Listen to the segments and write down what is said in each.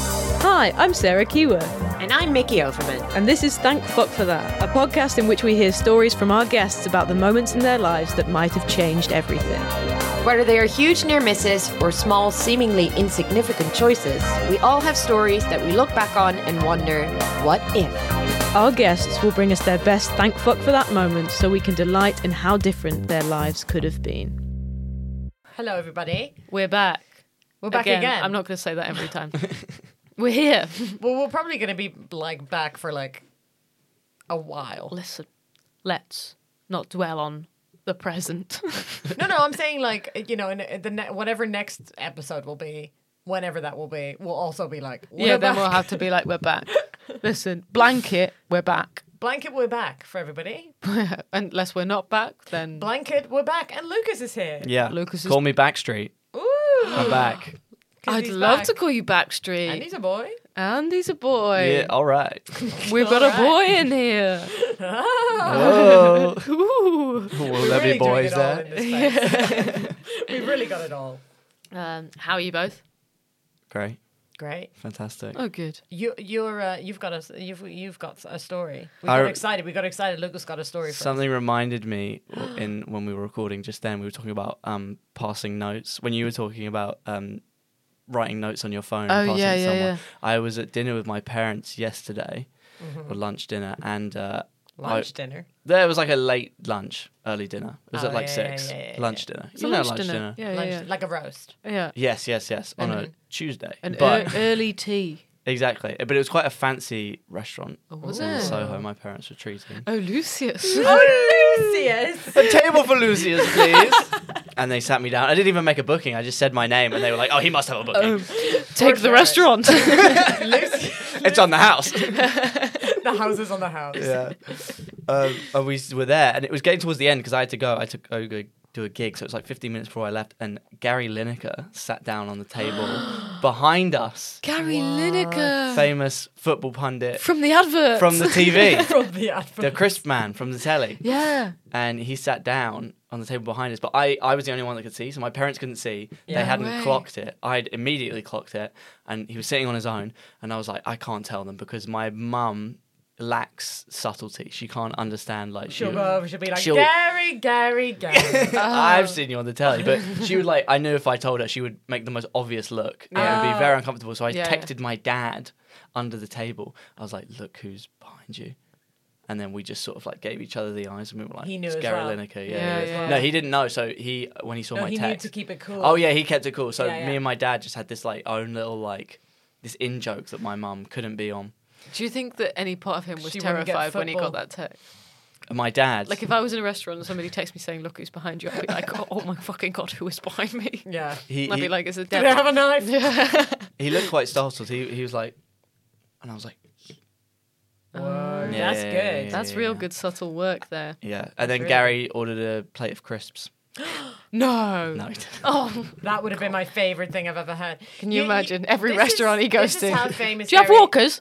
Hi, I'm Sarah Keewer, And I'm Mickey Overman. and this is Thank Fuck for That, a podcast in which we hear stories from our guests about the moments in their lives that might have changed everything. Whether they are huge near misses or small, seemingly insignificant choices, we all have stories that we look back on and wonder, what if? Our guests will bring us their best Thank Fuck for That moments so we can delight in how different their lives could have been. Hello, everybody. We're back. We're back again. I'm not going to say that every time. We're here. Well, we're probably going to be like back for like a while. Listen, let's not dwell on the present. No, no, I'm saying like you know, in the ne- whatever next episode will be, whenever that will be, will also be like we're yeah, back. then we'll have to be like, we're back. Listen, blanket, we're back. blanket. We're back for everybody. Unless we're not back, then Blanket. We're back, and Lucas is here. Yeah. Lucas is- Call me Backstreet. Ooh, I'm back. 'cause I'd he's love back. to call you Backstreet. And he's a boy. Andy's a boy. Yeah, all right. We've got a boy in here. Whoa. Ooh. Will We're there really be doing boys eh? it all there? in this space. we really got it all. Um, how are you both? Great. Great. Fantastic. Oh, good. You, you're, uh, you've got a, you've, you've got a story. We I- got excited. We got excited. Lucas got a story. For us. Something reminded me w- in when we were recording just then, we were talking about um, passing notes. When you were talking about um, writing notes on your phone and Oh, passing yeah, it to yeah, someone, yeah. I was at dinner with my parents yesterday, or lunch dinner, and uh, I- Lunch dinner. there was like a late lunch, early dinner. It was Oh, at like yeah, yeah, six. yeah, yeah, yeah. lunch dinner. It's you a know, lunch dinner. Yeah, lunch, yeah, yeah. Like a roast. yeah. Yes, yes, yes. On a Tuesday. An but ear- early tea. Exactly, but it was quite a fancy restaurant Oh, was in it? Soho. My parents were treating. Oh, Lucius. Yes. A table for Lucius, please. and they sat me down. I didn't even make a booking. I just said my name, and they were like, "Oh, he must have a booking. Take the restaurant. it's on the house." the house is on the house. yeah. Um, and we s- were there, and it was getting towards the end because I had to go. I took I go do a gig, so it was like 15 minutes before I left. And Gary Lineker sat down on the table behind us, Gary Lineker. famous football pundit From the advert. from the TV, From the advert. the crisp man from the telly. Yeah. and he sat down on the table behind us. But I, I was the only one that could see, so my parents couldn't see. Yeah. they hadn't Way. clocked it. I'd immediately clocked it, and he was sitting on his own. And I was like, I can't tell them because my mum lacks subtlety. She can't understand like she. She'll go over. She'll be like, She'll- Gary, Gary, Gary. I've seen you on the telly, but she would like. I knew if I told her, she would make the most obvious look and it would be very uncomfortable. So I Yeah, yeah. texted my dad under the table. I was like, "Look who's behind you," and then we just sort of like gave each other the eyes, and we were like, He knew "It's as Gary well. Lineker." Yeah, Yeah, he is. yeah. no, he didn't know. So he when he saw no, my he knew text, to keep it cool. oh yeah, he kept it cool. So Yeah, yeah. me and my dad just had this like own little like this in joke that my mum couldn't be on. Do you think that any part of him was She wouldn't get terrified when he got football. that text? And my dad, Like if I was in a restaurant and somebody texts me saying, "Look who's behind you," I'd be like, "Oh, oh my fucking god, who is behind me?" Yeah. he, I'd he- be like, "It's a Did I dead." have a knife? he looked quite startled. He he was like, and I was like, Whoa, Yeah, that's yeah, good. yeah, That's real good subtle work there. yeah. And then really- Gary ordered a plate of crisps. No. No, he didn't. Oh, That would have been my favorite thing I've ever had. can you, imagine every this restaurant is- he goes this to? Is how famous Do you have Gary, walkers?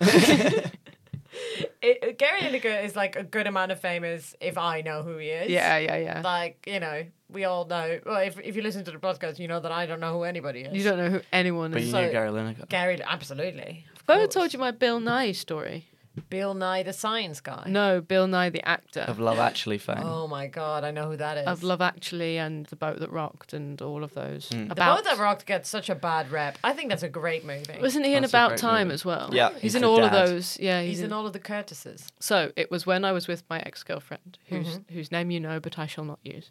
it- Gary Lineker is like a good amount of famous if I know who he is. yeah, yeah, yeah. Like, you know, we all know. Well, if, if you listen to the podcast, you know that I don't know who anybody is. You don't know who anyone But is. you So- knew Gary Lineker. Gary, absolutely. Of Have I ever course. told you my Bill Nye story? Bill Nye, the science guy. No, Bill Nye the actor of Love Actually fame. Oh my God, I know who that is. of Love Actually and The Boat That Rocked and all of those. Hmm. The Boat About That Rocked gets such a bad rep. I think that's a great movie. wasn't he in That's a About great Time movie. as well? Yeah, he's, he's in the all dad. of those. Yeah, He's in all of the Curtises. So it was when I was with my ex girlfriend, whose whose name you know, but I shall not use.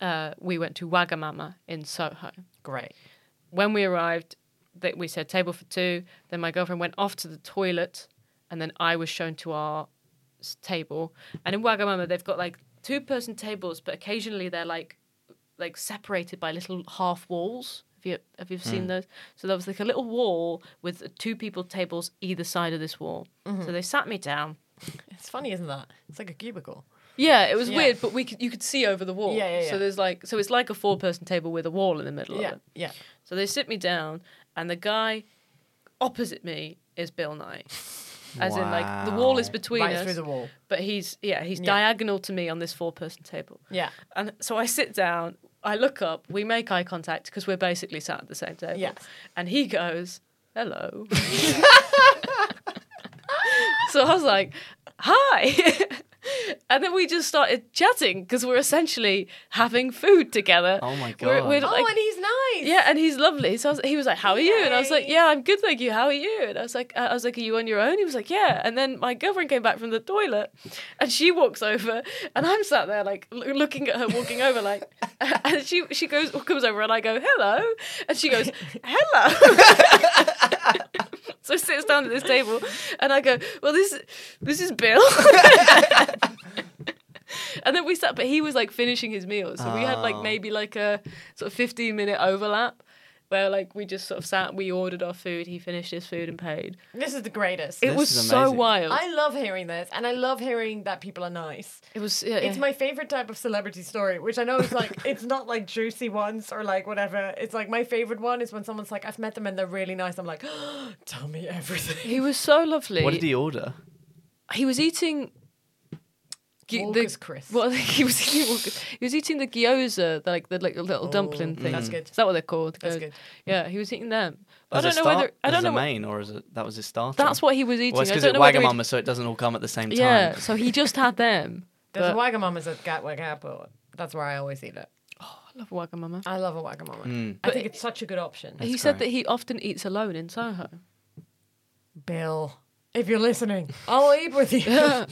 Uh, we went to Wagamama in Soho. Great. When we arrived, that we said table for two. Then my girlfriend went off to the toilet, and then I was shown to our s- table. And in Wagamama, they've got like two person tables, but occasionally they're like like separated by little half walls. Have you have you seen those? So there was like a little wall with two people tables either side of this wall. So they sat me down. It's funny, isn't that? It's like a cubicle. Yeah, it was Yeah. weird, but we could you could see over the wall. Yeah, yeah, yeah. So there's like so it's like a four person table with a wall in the middle Yeah, of it. yeah. So they sit me down and the guy opposite me is Bill Nye. As in like the wall is Wow. between right us. through the wall. But he's yeah, he's Yeah. diagonal to me on this four person table. Yeah, And so I sit down, I look up, we make eye contact because we're basically sat at the same table. Yes. And he goes, Hello. So I was like, hi. and then we just started chatting because we're essentially having food together. Oh my We're- God. we're Oh, like- and he's nice. yeah, and he's lovely. So I was, he was like, "How are you?" And I was like, Yay. "Yeah, I'm good, thank you. How are you?" And I was like, uh, "I was like, are you on your own?" He was like, "Yeah." And then my girlfriend came back from the toilet, and she walks over, and I'm sat there like l- looking at her walking over, like, and she she goes comes over, and I go, "Hello," and she goes, "Hello." so I sits down at this table, and I go, "Well, this this is Bill." And then we sat, but he was like finishing his meal, so we had like Oh. maybe like a sort of fifteen minute overlap where like we just sort of sat, we ordered our food, he finished his food and paid. This is the greatest. It This was is so amazing. wild. I love hearing this, and I love hearing that people are nice. it was yeah, It's yeah. my favorite type of celebrity story, which I know is like it's not like juicy ones or like whatever. It's like my favorite one is when someone's like, I've met them and they're really nice. I'm like, tell me everything. He was so lovely. What did he order? He was eating. gi- Walker's crisp. Well, he was eating. Walker's- He was eating the gyoza, the, like the like little Oh. dumpling Mm, thing. that's good. Is that what they're called? That's Gyoza. good. Yeah, he was eating them. As But I a don't know start, whether I as don't a know. main, or as a, that was his starter. That's what he was eating. Well, it's I because don't it's know whether Wagamama, so it doesn't all come at the same he- time. Yeah, so he just had them. There's But- a Wagamama's at Gatwick Airport. That's where I always eat it. I love Wagamama. I love a Wagamama. I But- think it's such a good option. He That's said that great. he often eats alone in Soho. Bill, if you're listening, I'll eat with you. Gary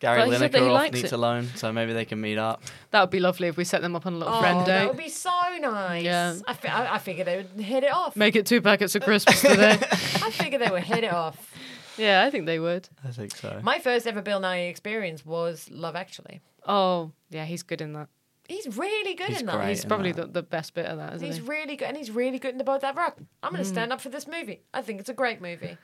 But he said that he Lineker often likes eats it. alone, so maybe they can meet up. That would be lovely if we set them up on a little Oh, friend that date. would be so nice. Yeah. I, fi- I, I figured they would hit it off. Make it two packets of crisps today. I figured they would hit it off. yeah, I think they would. I think so. My first ever Bill Nye experience was Love Actually. Oh, yeah, he's good in that. He's really good He's in that. great. He's in probably the, that. the best bit of that, isn't He's he? really good, and he's really good in About That Rock. I'm Mm. going to stand up for this movie. I think it's a great movie.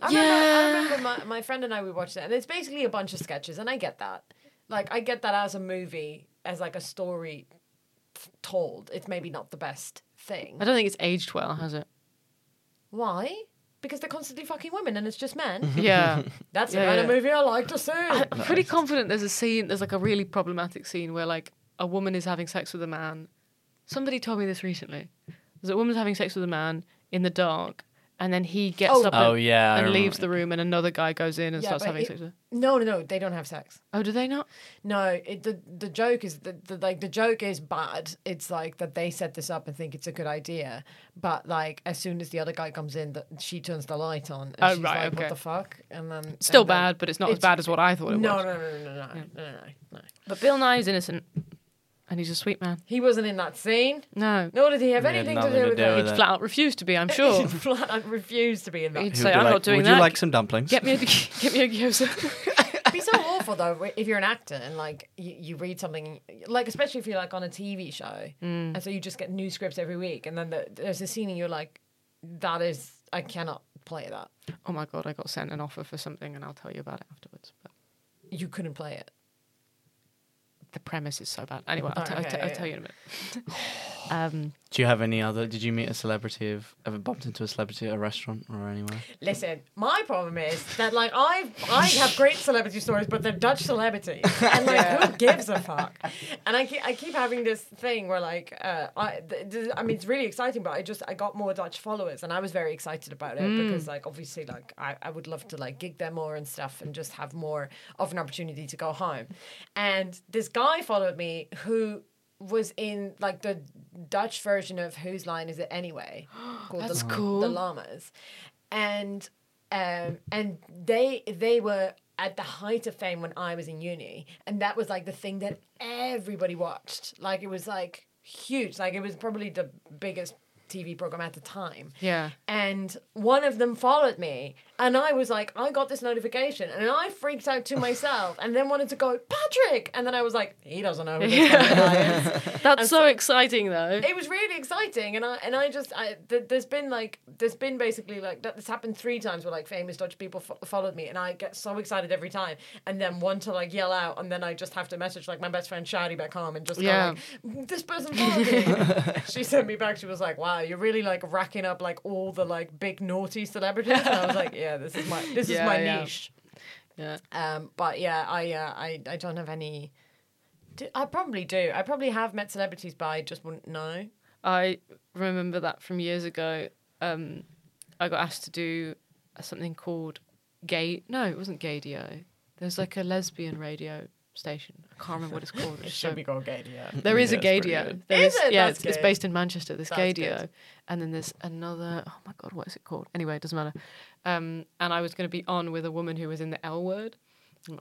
I Yeah. remember, I remember my, my friend and I, we watched it, and it's basically a bunch of sketches, and I get that. Like, I get that as a movie, as like a story t- told. It's maybe not the best thing. I don't think it's aged well, has it? Why? Because they're constantly fucking women, and it's just men. Yeah. That's Mm. Yeah, the kind of yeah. movie I like to see. I'm pretty confident there's a scene, there's like a really problematic scene where like a woman is having sex with a man. Somebody told me this recently. There's a woman's having sex with a man in the dark, and then he gets Oh. up Oh, and, yeah, I and remember- leaves the room, and another guy goes in and Yeah, starts but having it- sex with her. No, no, no. They don't have sex. Oh, do they not? No, it, the the joke is the, the like the joke is bad. It's like that they set this up and think it's a good idea, but like as soon as the other guy comes in, that she turns the light on. And Oh, she's right, like, okay. What the fuck? And then Still and then- bad, but it's not as it's- bad as what I thought it No, was. no, no, no, no, no, no, no, no. But Bill Nye is innocent, and he's a sweet man. He wasn't in that scene. No, Nor did he have He had anything to nothing do to with do it. with flat out refused to be. I'm sure. Flat out refused to be in that. He'd He'll say, be "I'm like, not doing Would that. you like some dumplings? Get me a get me a gyoza. It'd be so awful though if you're an actor and like you, you read something like especially if you're like on a TV show and so you just get new scripts every week and then the, there's a scene and you're like that is I cannot play that oh my god, I got sent an offer for something, and I'll tell you about it afterwards. But you couldn't play it the premise is so bad. Anyway, I'll, t- I'll, t- Okay. I'll tell you in a minute. um, Do you have any other? Did you meet a celebrity? Of, ever bumped into a celebrity at a restaurant or anywhere? listen my problem is that like I I have great celebrity stories but they're Dutch celebrities and like who gives a fuck and I keep, I keep having this thing where like uh, I th- th- I mean it's really exciting but I just I got more Dutch followers and I was very excited about it Mm. because like obviously like I, I would love to like gig there more and stuff and just have more of an opportunity to go home and this guy followed me who was in like the Dutch version of whose line is it anyway called That's the, cool. the llamas and um, and they they were at the height of fame when I was in uni, and that was like the thing that everybody watched. Like it was like huge. Like it was probably the biggest TV program at the time. Yeah. And one of them followed me, and I was like, I got this notification, and I freaked out to myself, and then wanted to go Patrick, and then I was like, he doesn't know who this guy is that's so exciting, though. it was really exciting and i and i just I, th- there's been like there's been basically like that this happened three times where like famous dutch people fo- followed me and i get so excited every time and then want to like yell out and then i just have to message like my best friend shadi back home and just Yeah. go like this person followed me she sent me back she was like wow you're really like racking up like all the like big naughty celebrities and i was like yeah this is my this Yeah, is my yeah. niche yeah. um, but yeah, I, uh, I I don't have any. Do, I probably do. I probably have met celebrities, but I just wouldn't know. I remember that from years ago. Um, I got asked to do something called gay. No, it wasn't Gaydio. There's like a lesbian radio station. I can't remember what it's called. It It's should so- be called Gadia. there is Yeah, a it's pretty Gaydio. good. There Is is, it? yeah, That's it's, it's good. based in Manchester. There's That's good. Gaydio, and then there's another. Oh my god, what is it called? Anyway, it doesn't matter. Um, and I was going to be on with a woman who was in the L word,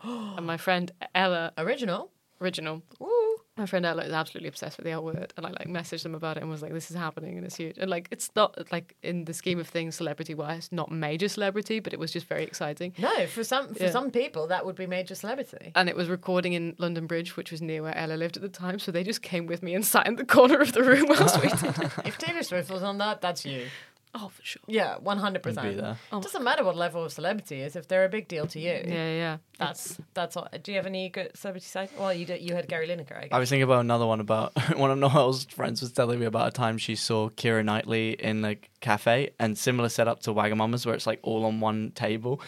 and my friend Ella Original. original. Woo. My friend Ella is absolutely obsessed with the L word, and I like messaged them about it and was like, "This is happening and it's huge." And like, it's not like in the scheme of things, celebrity wise, not major celebrity, but it was just very exciting. No, for some for Yeah. some people that would be major celebrity. And it was recording in London Bridge, which was near where Ella lived at the time. So they just came with me and sat in the corner of the room whilst we did. it. if Taylor Swift was on that, that's you. Oh, for sure. Yeah, one hundred I'd be percent. there. Doesn't matter what level of celebrity it is if they're a big deal to you. Oh. Yeah, yeah. That's that's all. Do you have any good celebrity side? Well, you do, you had Gary Lineker, I guess. I was thinking about another one about one of Noel's friends was telling me about a time she saw Kira Knightley in a cafe and similar setup to Wagamama's where it's like all on one table.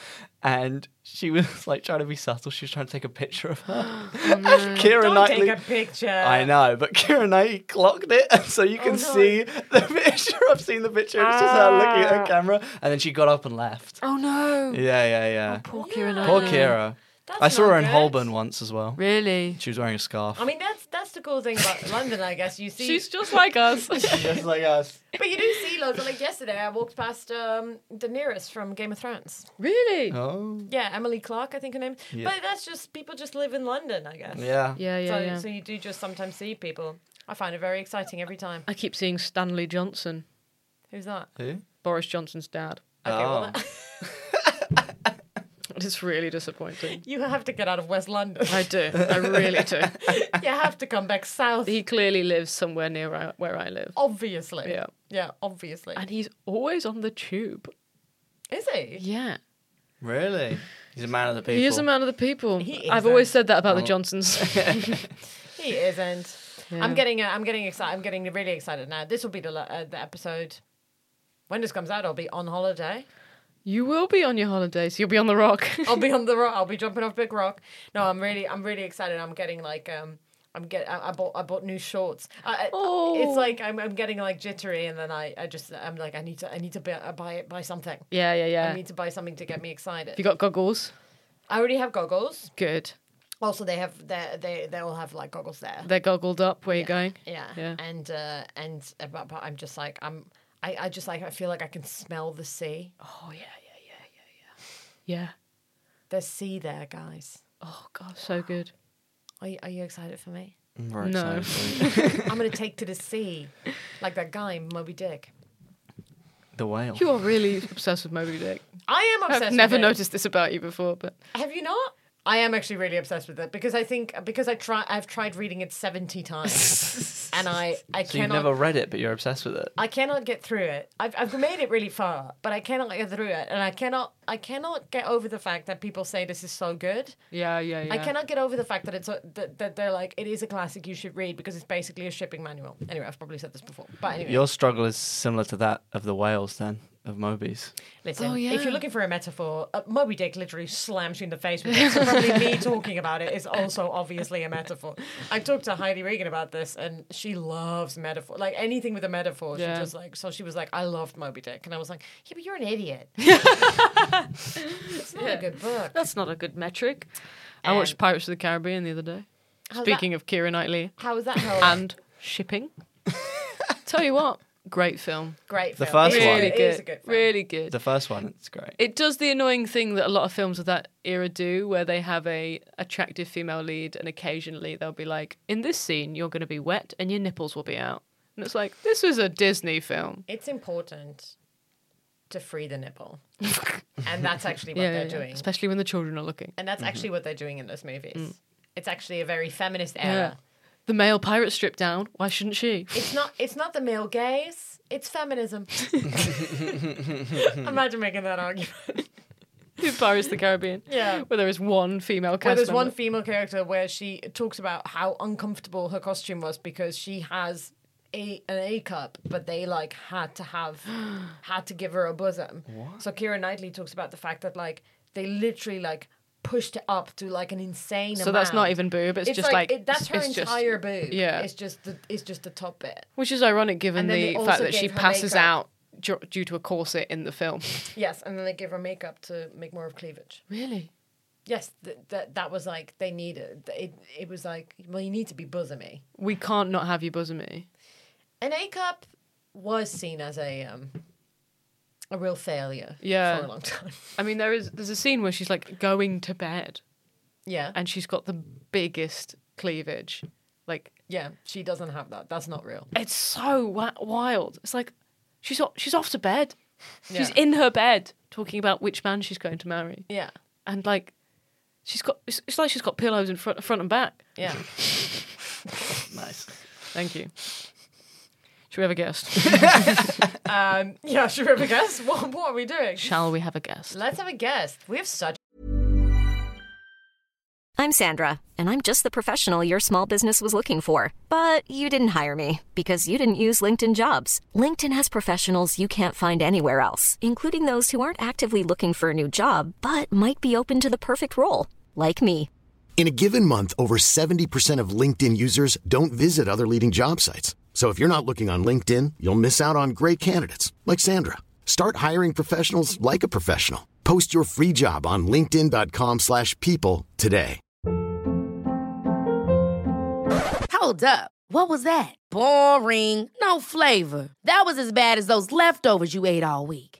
And she was like trying to be subtle. She was trying to take a picture of her. And Keira Oh, Don't Knightley. take a picture. I know, but Kira Knightley clocked it, and so you can Oh, no. see the picture. I've seen the picture. It's just her looking Ah. at her camera, and then she got up and left. Oh no. Yeah, yeah, yeah. Poor Yeah. Kira. Poor Knightley. Kira. Oh, That's I saw not her in good. Holborn once as well. Really? She was wearing a scarf. I mean, that's that's the cool thing about London, I guess. You see, She's just like us. just like "Oh, "Oh, us. but you do see loads. Like yesterday, I walked past um, Daenerys from Game of Thrones. really? Oh. Yeah, Emily Clark, I think her name. Yeah. But that's just people just live in London, I guess. Yeah. Yeah, yeah, so, yeah. so you do just sometimes see people. I find it very exciting every time. I keep seeing Stanley Johnson, Who's that? Who? Boris Johnson's dad. Okay, well, Oh. that- It's really disappointing. you have to get out of West London. I do. I really do. you have to come back south. He clearly lives somewhere near where I- where I live. Obviously. Yeah. Yeah, obviously. And he's always on the tube. Is he? Yeah. Really? He's a man of the people. He is a man of the people. He I've is always a- said that about the Oh. Johnsons. He isn't. Yeah. I'm getting uh, I'm getting excited. I'm getting really excited now. This will be the la- uh, the episode. When this comes out, I'll be on holiday. You will be on your holidays. You'll be on the rock. I'll be on the rock. I'll be jumping off Big Rock. No, I'm really I'm really excited. I'm getting like um I'm get I, I bought I bought new shorts. I, I- Oh. It's like I'm, I'm getting like jittery, and then I, I just I'm like I need to I need to buy buy buy something. yeah, yeah, yeah. I need to buy something to get me excited. Have you got goggles? I already have goggles. Good. Also, they have they they they all have like goggles there. They're goggled up. Where you going? Yeah. Yeah. And uh and uh, but, but I'm just like I'm I, I just like I feel like I can smell the sea. Oh, yeah, yeah, yeah, yeah, yeah. Yeah. There's sea there, guys. Oh, God, so good. Are you, are you excited for me? I'm very No. excited. I'm gonna take to the sea, like that guy in Moby Dick. the whale. You are really obsessed with Moby Dick. I am obsessed. I've never with it. noticed this about you before, but Have you not? I am actually really obsessed with it because I think because I try I've tried reading it seventy times, and I I So you've cannot. never read it, but you're obsessed with it. I cannot get through it. I've, I've made it really far, but I cannot get through it, and I cannot I cannot get over the fact that people say this is so good. yeah, yeah, yeah. I cannot get over the fact that it's a, that, that they're like it is a classic you should read because it's basically a shipping manual. Anyway, I've probably said this before, but anyway, Your struggle is similar to that of the whales, then, of Moby's. listen. Oh, If yeah. you're looking for a metaphor, uh, Moby Dick literally slams you in the face with it. So probably me talking about it is also obviously a metaphor. I talked to Heidi Regan about this, and she loves metaphor, like anything with a metaphor. Yeah. She just like so. She was like, "I loved Moby Dick," and I was like, "Yeah, but you're an idiot. it's not a good book." That's not a good metric. I And- watched Pirates of the Caribbean the other day. How's Speaking of Kira Knightley that, how is that? How and shipping, tell you what, great film. great. The film. first It is- one. Really it good. is a good film. Really good. The first one, it's great. it does the annoying thing that a lot of films of that era do, where they have a attractive female lead, and occasionally they'll be like, "In this scene, you're going to be wet and your nipples will be out," and it's like, "This is a Disney film." It's important to free the nipple. and that's actually what Yeah, they're yeah, yeah. doing. especially when the children are looking. And that's actually what they're doing in those movies. It's actually a very feminist Yeah. era. The male pirate stripped down. Why shouldn't she? It's not it's not the male gaze, it's feminism. Imagine making that argument. In Pirates of the Caribbean, Yeah. where there is one female cast Where there's member. one female character where she talks about how uncomfortable her costume was because she has a an A cup, but they like had to have had to give her a bosom. So Kira Knightley talks about the fact that like they literally like pushed it up to like an insane. so that's not amount. even boob. It's, just like, it- that's her it's just- entire boob. yeah. it's just the it's just the top bit. which is ironic And given then they the also fact that she gave her passes makeup. out ju- due to a corset in the film. Yes, and then they give her makeup to make more of cleavage. Really? Yes, th- that that was like they needed it. It was like well, you need to be bosomy. We can't not have you bosom me. An A cup was seen as a um a real failure. Yeah. for a long time. I mean, there is there's a scene where she's like going to bed Yeah, and she's got the biggest cleavage. Like yeah. She doesn't have that. That's not real. it's so wa- wild. It's like she's o- she's off to bed. She's Yeah. in her bed talking about which man she's going to marry, Yeah, and like she's got it's, it's like she's got pillows in front front and back. yeah. Nice. Thank you. Should we have a guest? um, yeah. Should we have a guess? What what are we doing? Shall we have a guest? Let's have a guest. We have such. I'm Sandra, and I'm just the professional your small business was looking for. But you didn't hire me because you didn't use LinkedIn jobs. LinkedIn has professionals you can't find anywhere else, including those who aren't actively looking for a new job but might be open to the perfect role, like me. In a given month, over 70% of LinkedIn users don't visit other leading job sites. So if you're not looking on LinkedIn, you'll miss out on great candidates like Sandra. Start hiring professionals like a professional. Post your free job on linkedin.com/people slash people today. Hold up. What was that? Boring. No flavor. That was as bad as those leftovers you ate all week.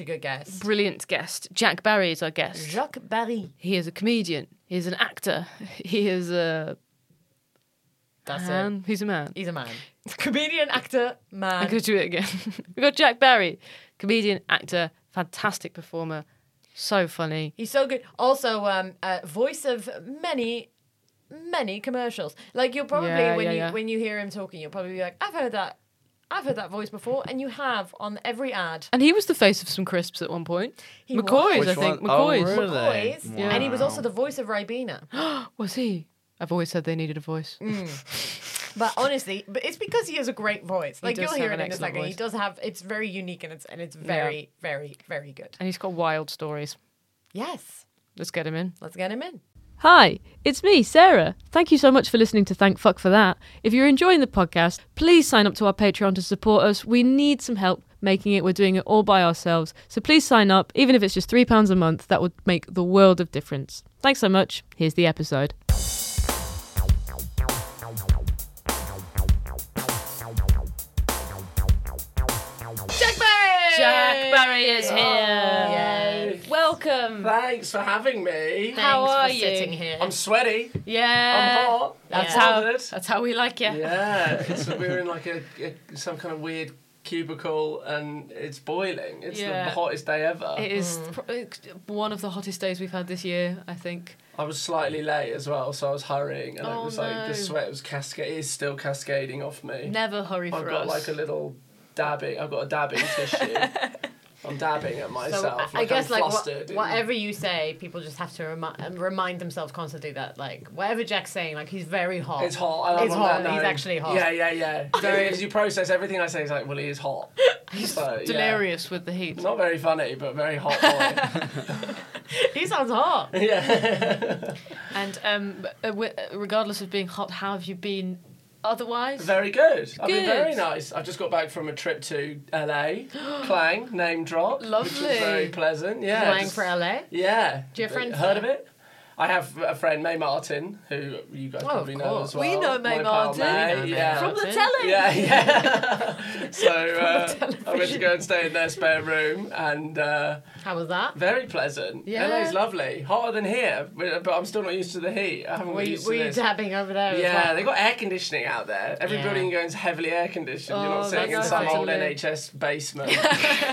a good guess. Brilliant guest. Jack Barry is our guest. Jacques Barry. He is a comedian. He is an actor. He is a That's it. man. He's a man. He's a man. Comedian, actor, I'm man. going to do it again. We've got Jack Barry, comedian, actor, fantastic performer, so funny. He's so good. Also, um, uh, voice of many, many commercials. Like you'll probably Yeah, when yeah, you yeah. when you hear him talking, you'll probably be like, "I've heard that, I've heard that voice before," and you have on every ad. And he was the face of some crisps at one point. He McCoy's, was. I think. Which one? Oh, McCoy's. really? Boys, Wow. and he was also the voice of Ribena. Was he? I've always said they needed a voice. Mm. But honestly, but it's because he has a great voice. Like does you'll have hear it in an a excellent second. He voice. does have. It's very unique and it's and it's very very very good. And he's got wild stories. Yes, Let's get him in. let's get him in. Hi, it's me, Sarah. Thank you so much for listening to Thank Fuck for That. If you're enjoying the podcast, please sign up to our Patreon to support us. We need some help making it. We're doing it all by ourselves. So please sign up, even if it's just £3 a month. That would make the world of difference. Thanks so much. Here's the episode. Jack Barry. Jack Barry is here. Welcome. Thanks for having me. How Thanks are for you? Sitting here. I'm sweaty. Yeah. I'm hot. That's I'm how. bothered. That's how we like you. Yeah, it's, we're in like a, a- some kind of weird cubicle and it's boiling. It's Yeah. the hottest day ever. It is Mm. pro- one of the hottest days we've had this year, I think. I was slightly late as well, so I was hurrying and Oh, it was like no. the sweat was cascade is still cascading off me. Never hurry I've for got us. like a little dabbing. I've got a dabbing tissue. I'm dabbing at myself. So I- I like guess I'm like what- flustered. whatever you say, people just have to remind remind themselves constantly that like whatever Jack's saying, like he's very hot. It's hot. I love It's on hot. that He's note. actually hot. Yeah, yeah, yeah. Because you process everything I say is like, well, he is hot. So, yeah. Delirious with the heat. Not very funny, but very hot boy. He sounds hot. And um, uh, wi- uh, regardless of being hot, how have you been otherwise? very good. I've Good. been very nice. I've just got back from a trip to LA. Clang, name drop. Which Lovely. was very pleasant. Yeah. Flying just- for LA. Yeah. Do you have friends Heard of there? it? I have a friend, May Martin, who you guys probably know as well. Oh, we know My May pal Martin May, yeah. from the telly. Yeah, yeah. so uh, I went to go and stay in their spare room, and uh, How was that? very pleasant. Yeah. LA's lovely, hotter than here, but, but I'm still not used to the heat. I haven't Were got you, used were to you this. dabbing over there? as Yeah, well? they got air conditioning out there. Every Yeah. building you go is heavily air conditioned. You're Oh, not sitting in that's some nice. old NHS basement.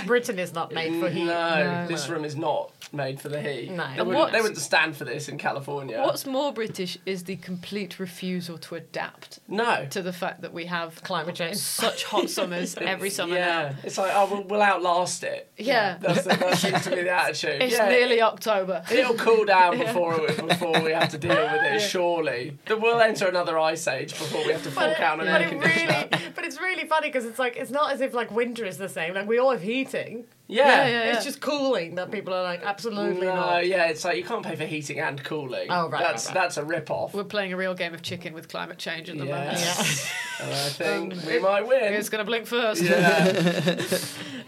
Britain is not made no, for heat. this room is not made for the heat. No. They, And wouldn't, they what's- wouldn't stand for this in California. What's more British is the complete refusal to adapt no? to the fact that we have Climate change. such hot summers every summer yeah, now. it's like oh, we'll, we'll outlast it. Yeah. That's the, that seems to be the attitude. It's yeah. nearly October. It'll cool down before it, before we have to deal with it. Surely, Then we'll enter another ice age before we have to fork out an but air it conditioner. really, but it's really funny because it's like it's not as if like winter is the same. Like we all have heating. yeah, It's just cooling that people are like absolutely No, not. yeah, it's like you can't pay for heating and cooling. Oh, right, that's right, right. that's a rip off. We're playing a real game of chicken with climate change at the moment. Yes. And I think we might win. It's going to blink first. yeah.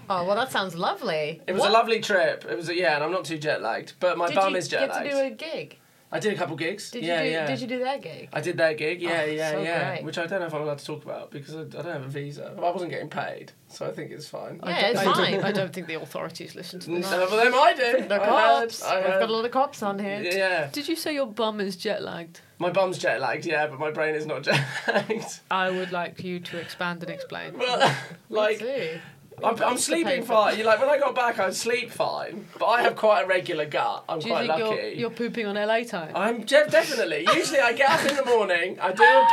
Oh well, that sounds lovely. It was What- a lovely trip. It was a, yeah, and I'm not too jet lagged, but my Did bum you is jet get to lagged. do a gig? I did a couple gigs. Did yeah, you do? yeah. Did you do that gig? I did that gig. Yeah, Oh, yeah, so yeah. great. Which I don't know if I'm allowed to talk about because I, I don't have a visa. I wasn't getting paid, so I think it's fine. Yeah, it's I don't- fine. I don't think the authorities listen to No, this. but they might do. They're I heard- cops. I We've heard. got a lot of cops on here. Yeah, Did you say your bum is jet lagged? my bum's jet lagged. Yeah, but my brain is not jet lagged. I would like you to expand and explain. Well, like Too. I'm, I'm sleeping fine. You like when I got back, I sleep fine, but I have quite a regular gut. I'm Do you quite think lucky. you're, you're pooping on LA time? I'm de- definitely. Usually, I get up in the morning, I do a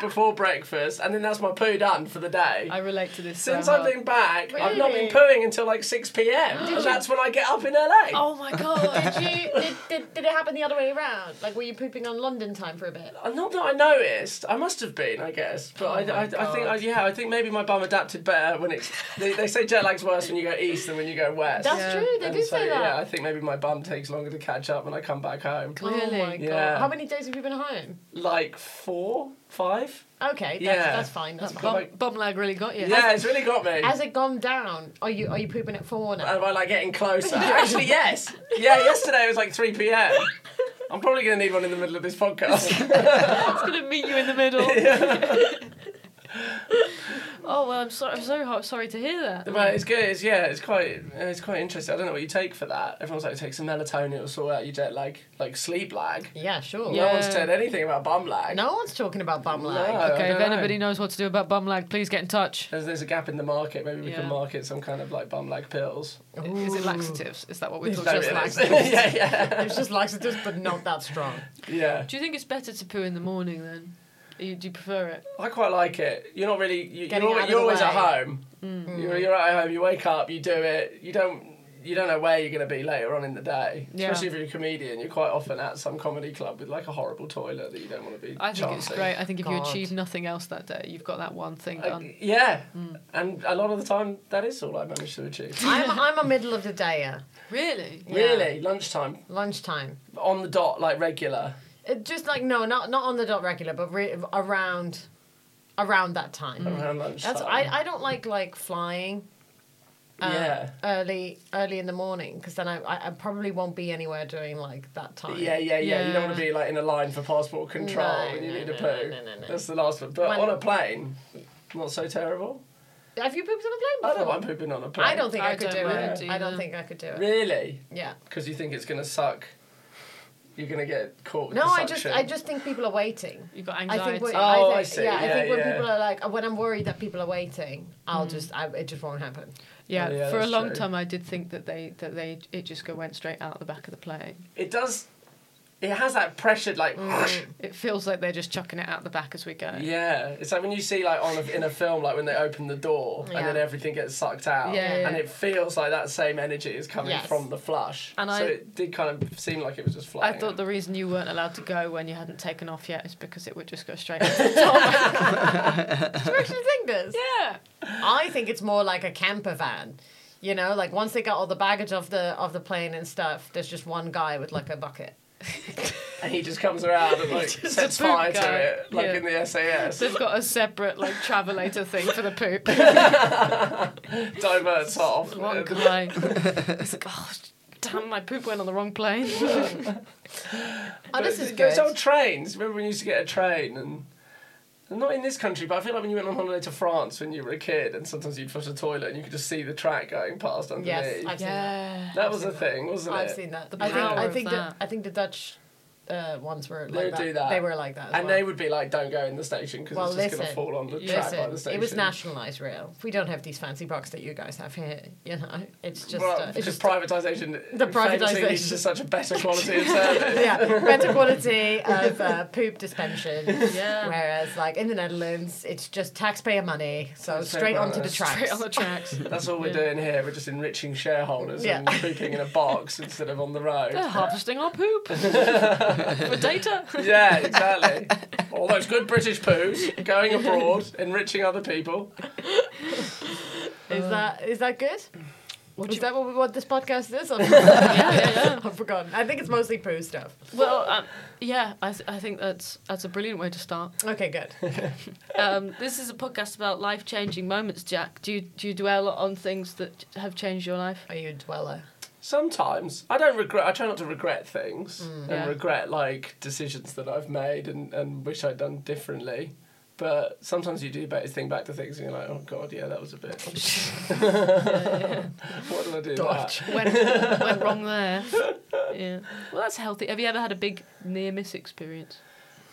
poo before breakfast, and then that's my poo done for the day. I relate to this. so Since hard. I've been back, I've not been Really? pooing until like 6 p.m. and that's when I get up in LA. Oh my god! Did you? Did, did, did it happen the other way around? Like, were you pooping on London time for a bit? Uh, Not that I noticed. I must have been, I guess. But I, I, I think, I, yeah, I think maybe my bum adapted better when it's. They, they say jet lag's worse when you go east than when you go west. That's true. They And do so, say that. Yeah, I think maybe my bum takes longer to catch up when I come back home. Really? Oh my Yeah. god! How many days have you been home? Like four, five. Okay, that's, Yeah. that's fine. That's fine. bum, bum lag really got you. Yeah, it's really got me. Has it gone down? Are you are you pooping at four now? Am I like getting closer? Actually, yes. Yeah, yesterday was like 3 p.m. I'm probably going to need one in the middle of this podcast. It's gonna meet you in the middle. oh well, I'm so I'm so ho- sorry to hear that. but it's good. It's, yeah, it's quite it's quite interesting. I don't know what you take for that. Everyone's like, take some melatonin, it'll sort out your jet lag, like sleep lag. yeah, sure. No one's said anything about bum lag. No one's talking about bum No, lag. I Okay, if don't know. anybody knows what to do about bum lag, please get in touch. There's, there's a gap in the market. Maybe we Yeah. can market some kind of like bum lag pills. Is it laxatives? Is that what we're talking Maybe about? just it is. laxatives. yeah, yeah, It's just laxatives, but not that strong. yeah. Do you think it's better to poo in the morning then? You, do you prefer it? I quite like it. You're not really. You, you're Getting out always, of you're the always at way. home. You're, you're at home. You wake up. You do it. You don't. You don't know where you're going to be later on in the day. Yeah. Especially if you're a comedian, you're quite often at some comedy club with like a horrible toilet that you don't want to be. I think it's chancing. great. I think if you God. achieve nothing else that day, you've got that one thing Uh, done. yeah, and a lot of the time that is all I manage to achieve. I'm I'm a middle of the dayer. Really? Really, lunchtime Lunchtime. on the dot, like regular. It just like no, not not on the dot regular, but re- around around that time. Around lunchtime. That's I, I don't like like flying yeah. early early in the morning because then I, I I probably won't be anywhere during like that time. Yeah, yeah, yeah, You don't want to Yeah. be like in a line for passport control No, and you no, need no, a poo. no, no, no. That's the last one. But When- on a plane, not so terrible. Have you pooped on a I plane don't before? mind pooping on a plane. I don't think I, I could don't do mind it. I don't either. think I could do it. really Yeah. because you think it's gonna suck. You're gonna get caught. With No, the I just suction. I just think people are waiting. You've got I anxiety. think when, Oh, I I think, see. Yeah, I Yeah, think when yeah. Mm. people are like, when I'm worried that people are waiting, I'll just, I, it just won't happen. yeah, Yeah, for a that's long true. time I did think that they that they it just go went straight out the back of the plane. It does. It has that pressured like. Mm. It feels like they're just chucking it out the back as we go. Yeah, it's like when you see like on a, in a film like when they open the door and then Yeah. everything gets sucked out, Yeah, yeah, and yeah. it feels like that same energy is coming Yes. from the flush. And so I- it did kind of seem like it was just I flying. thought out. the reason you weren't allowed to go when you hadn't taken off yet is because it would just go straight. Do you actually think this? yeah. I think it's more like a camper van. You know, like once they got all the baggage of the of the plane and stuff, there's just one guy with like a bucket. and he just comes around and like a sets poop fire guy. to it, like Yeah. in the SAS, They've got a separate like travelator thing for the poop. diverts off. One and- guy. It's like, oh, Damn, my poop went on the wrong plane. Oh, this is There's good. old trains. Remember when you used to get a train and. and Not in this country, but I feel like when you went on holiday to France when you were a kid, and sometimes you'd flush the toilet and you could just see the track going past underneath. Yes, I've seen that. that was a thing, wasn't I've it? seen that. The I think power I of think the, that. I think the Dutch uh, ones were They like would that. do that. They were like that. As and well. they would be like, "Don't go in the station because Well, it's just going to listen, fall on the track by the Listen, station." it was nationalised rail. We don't have these fancy box that you guys have here. You know, it's just Well, uh, it's because just privatisation, the famously leads to privatisation. such a better quality of service. yeah, better quality of uh, poop dispension. Yeah. Whereas, like in the Netherlands, it's just taxpayer money, so Taxpayer straight onto money. the tracks. Straight on the tracks. That's all we're doing here. We're just enriching shareholders and Yeah. pooping in a box instead of on the road. They're harvesting our poop for data. Yeah, exactly. all those good British poos going abroad, enriching other people. Is that is that good? is that what, we- what this podcast is? I've, I've forgotten. I think it's mostly poo stuff. Well, um, yeah, I, th- I think that's that's a brilliant way to start. Okay, good. Um, this is a podcast about life changing moments, Jack. Do you do you dwell on things that have changed your life? Are you a dweller? Sometimes I don't regret. I try not to regret things and Yeah. regret like decisions that I've made and, and wish I'd done differently. But sometimes you do bet think back to things and you're like, oh god, yeah, that was a bit. what did I do? That? Went, went wrong there. Yeah. Well, that's healthy. Have you ever had a big near miss experience?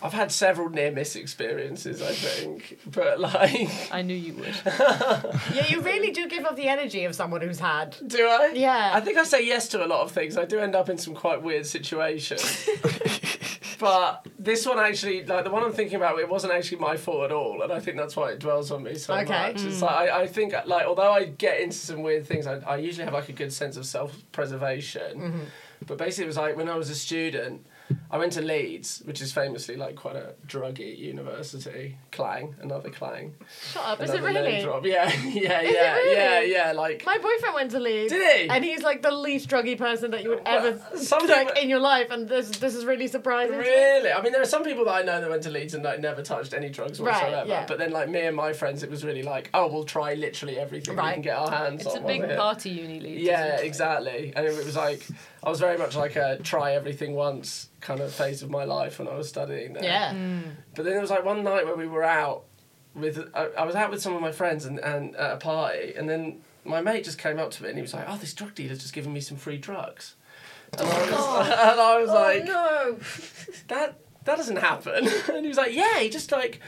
I've had several near miss experiences, I think, but like, I knew you would. Yeah, you really do give off the energy of someone who's had. do I? Yeah. I think I say yes to a lot of things. I do end up in some quite weird situations. but this one actually, like the one I'm thinking about, it wasn't actually my fault at all, and I think that's why it dwells on me so Okay. Mm. much. It's like I, I think, like although I get into some weird things, I, I usually have like a good sense of self-preservation. Mm-hmm. But basically, it was like when I was a student, I went to Leeds, which is famously like quite a druggy university. Clang, another clang. Shut up. Is it another name really? drop. Yeah, yeah, yeah, really? yeah, yeah. Like My boyfriend went to Leeds. Did he? And he's like the least druggy person that you would ever some like people- in your life, and this this is really surprising. to me. Really? I mean, there are some people that I know that went to Leeds and like never touched any drugs Right, whatsoever. yeah. But then, like me and my friends, it was really like, oh, we'll try literally everything we Right. can get our hands It's on. a while big we're here. party uni lead. Yeah, exactly. And it was like I was very much like a try everything once kind of phase of my life when I was studying there. Yeah. But then there was like one night where we were out with I, I was out with some of my friends and, and at a party, and then my mate just came up to me and he was like, "Oh, this drug dealer's just giving me some free drugs," and I was, and I Oh, was like, No. that that doesn't happen. and he was like, yeah, he just like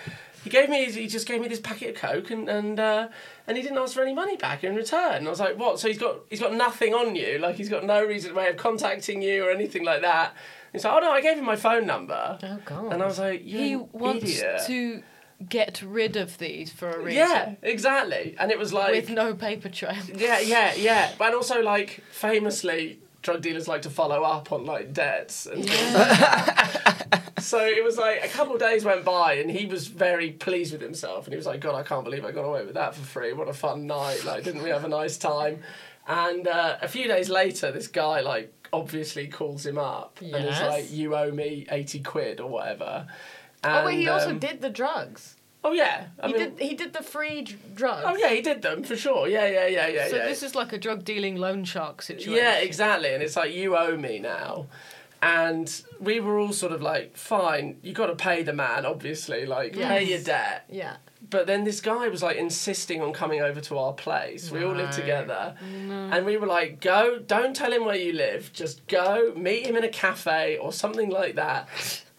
he gave me he just gave me this packet of coke and and uh, and he didn't ask for any money back in return. And I was like, what? So he's got he's got nothing on you. Like he's got no reason way of contacting you or anything like that. And he's like, oh no, I gave him my phone number. Oh god. And I was like, you He an wants idiot. to get rid of these for a reason. Yeah, exactly. And it was like With no paper trail. yeah, yeah, yeah. But also, like, famously, drug dealers like to follow up on like debts. And things like that. so it was like a couple of days went by, and he was very pleased with himself, and he was like, "God, I can't believe I got away with that for free. What a fun night! Like, didn't we have a nice time?" And uh, a few days later, this guy like obviously calls him up and is Yes. like, "You owe me eighty quid or whatever." Oh wait, he And, also um, did the drugs. Oh yeah, I He mean, did he did the free dr- drugs. oh yeah, he did them for sure. Yeah, yeah, yeah, yeah. So yeah. this is like a drug dealing loan shark situation. Yeah, exactly. And it's like, you owe me now. And we were all sort of like, fine, you got to pay the man, obviously, like, pay your debt. Yeah. But then this guy was like insisting on coming over to our place. We all lived together. And we were like, go, don't tell him where you live, just go, meet him in a cafe or something like that.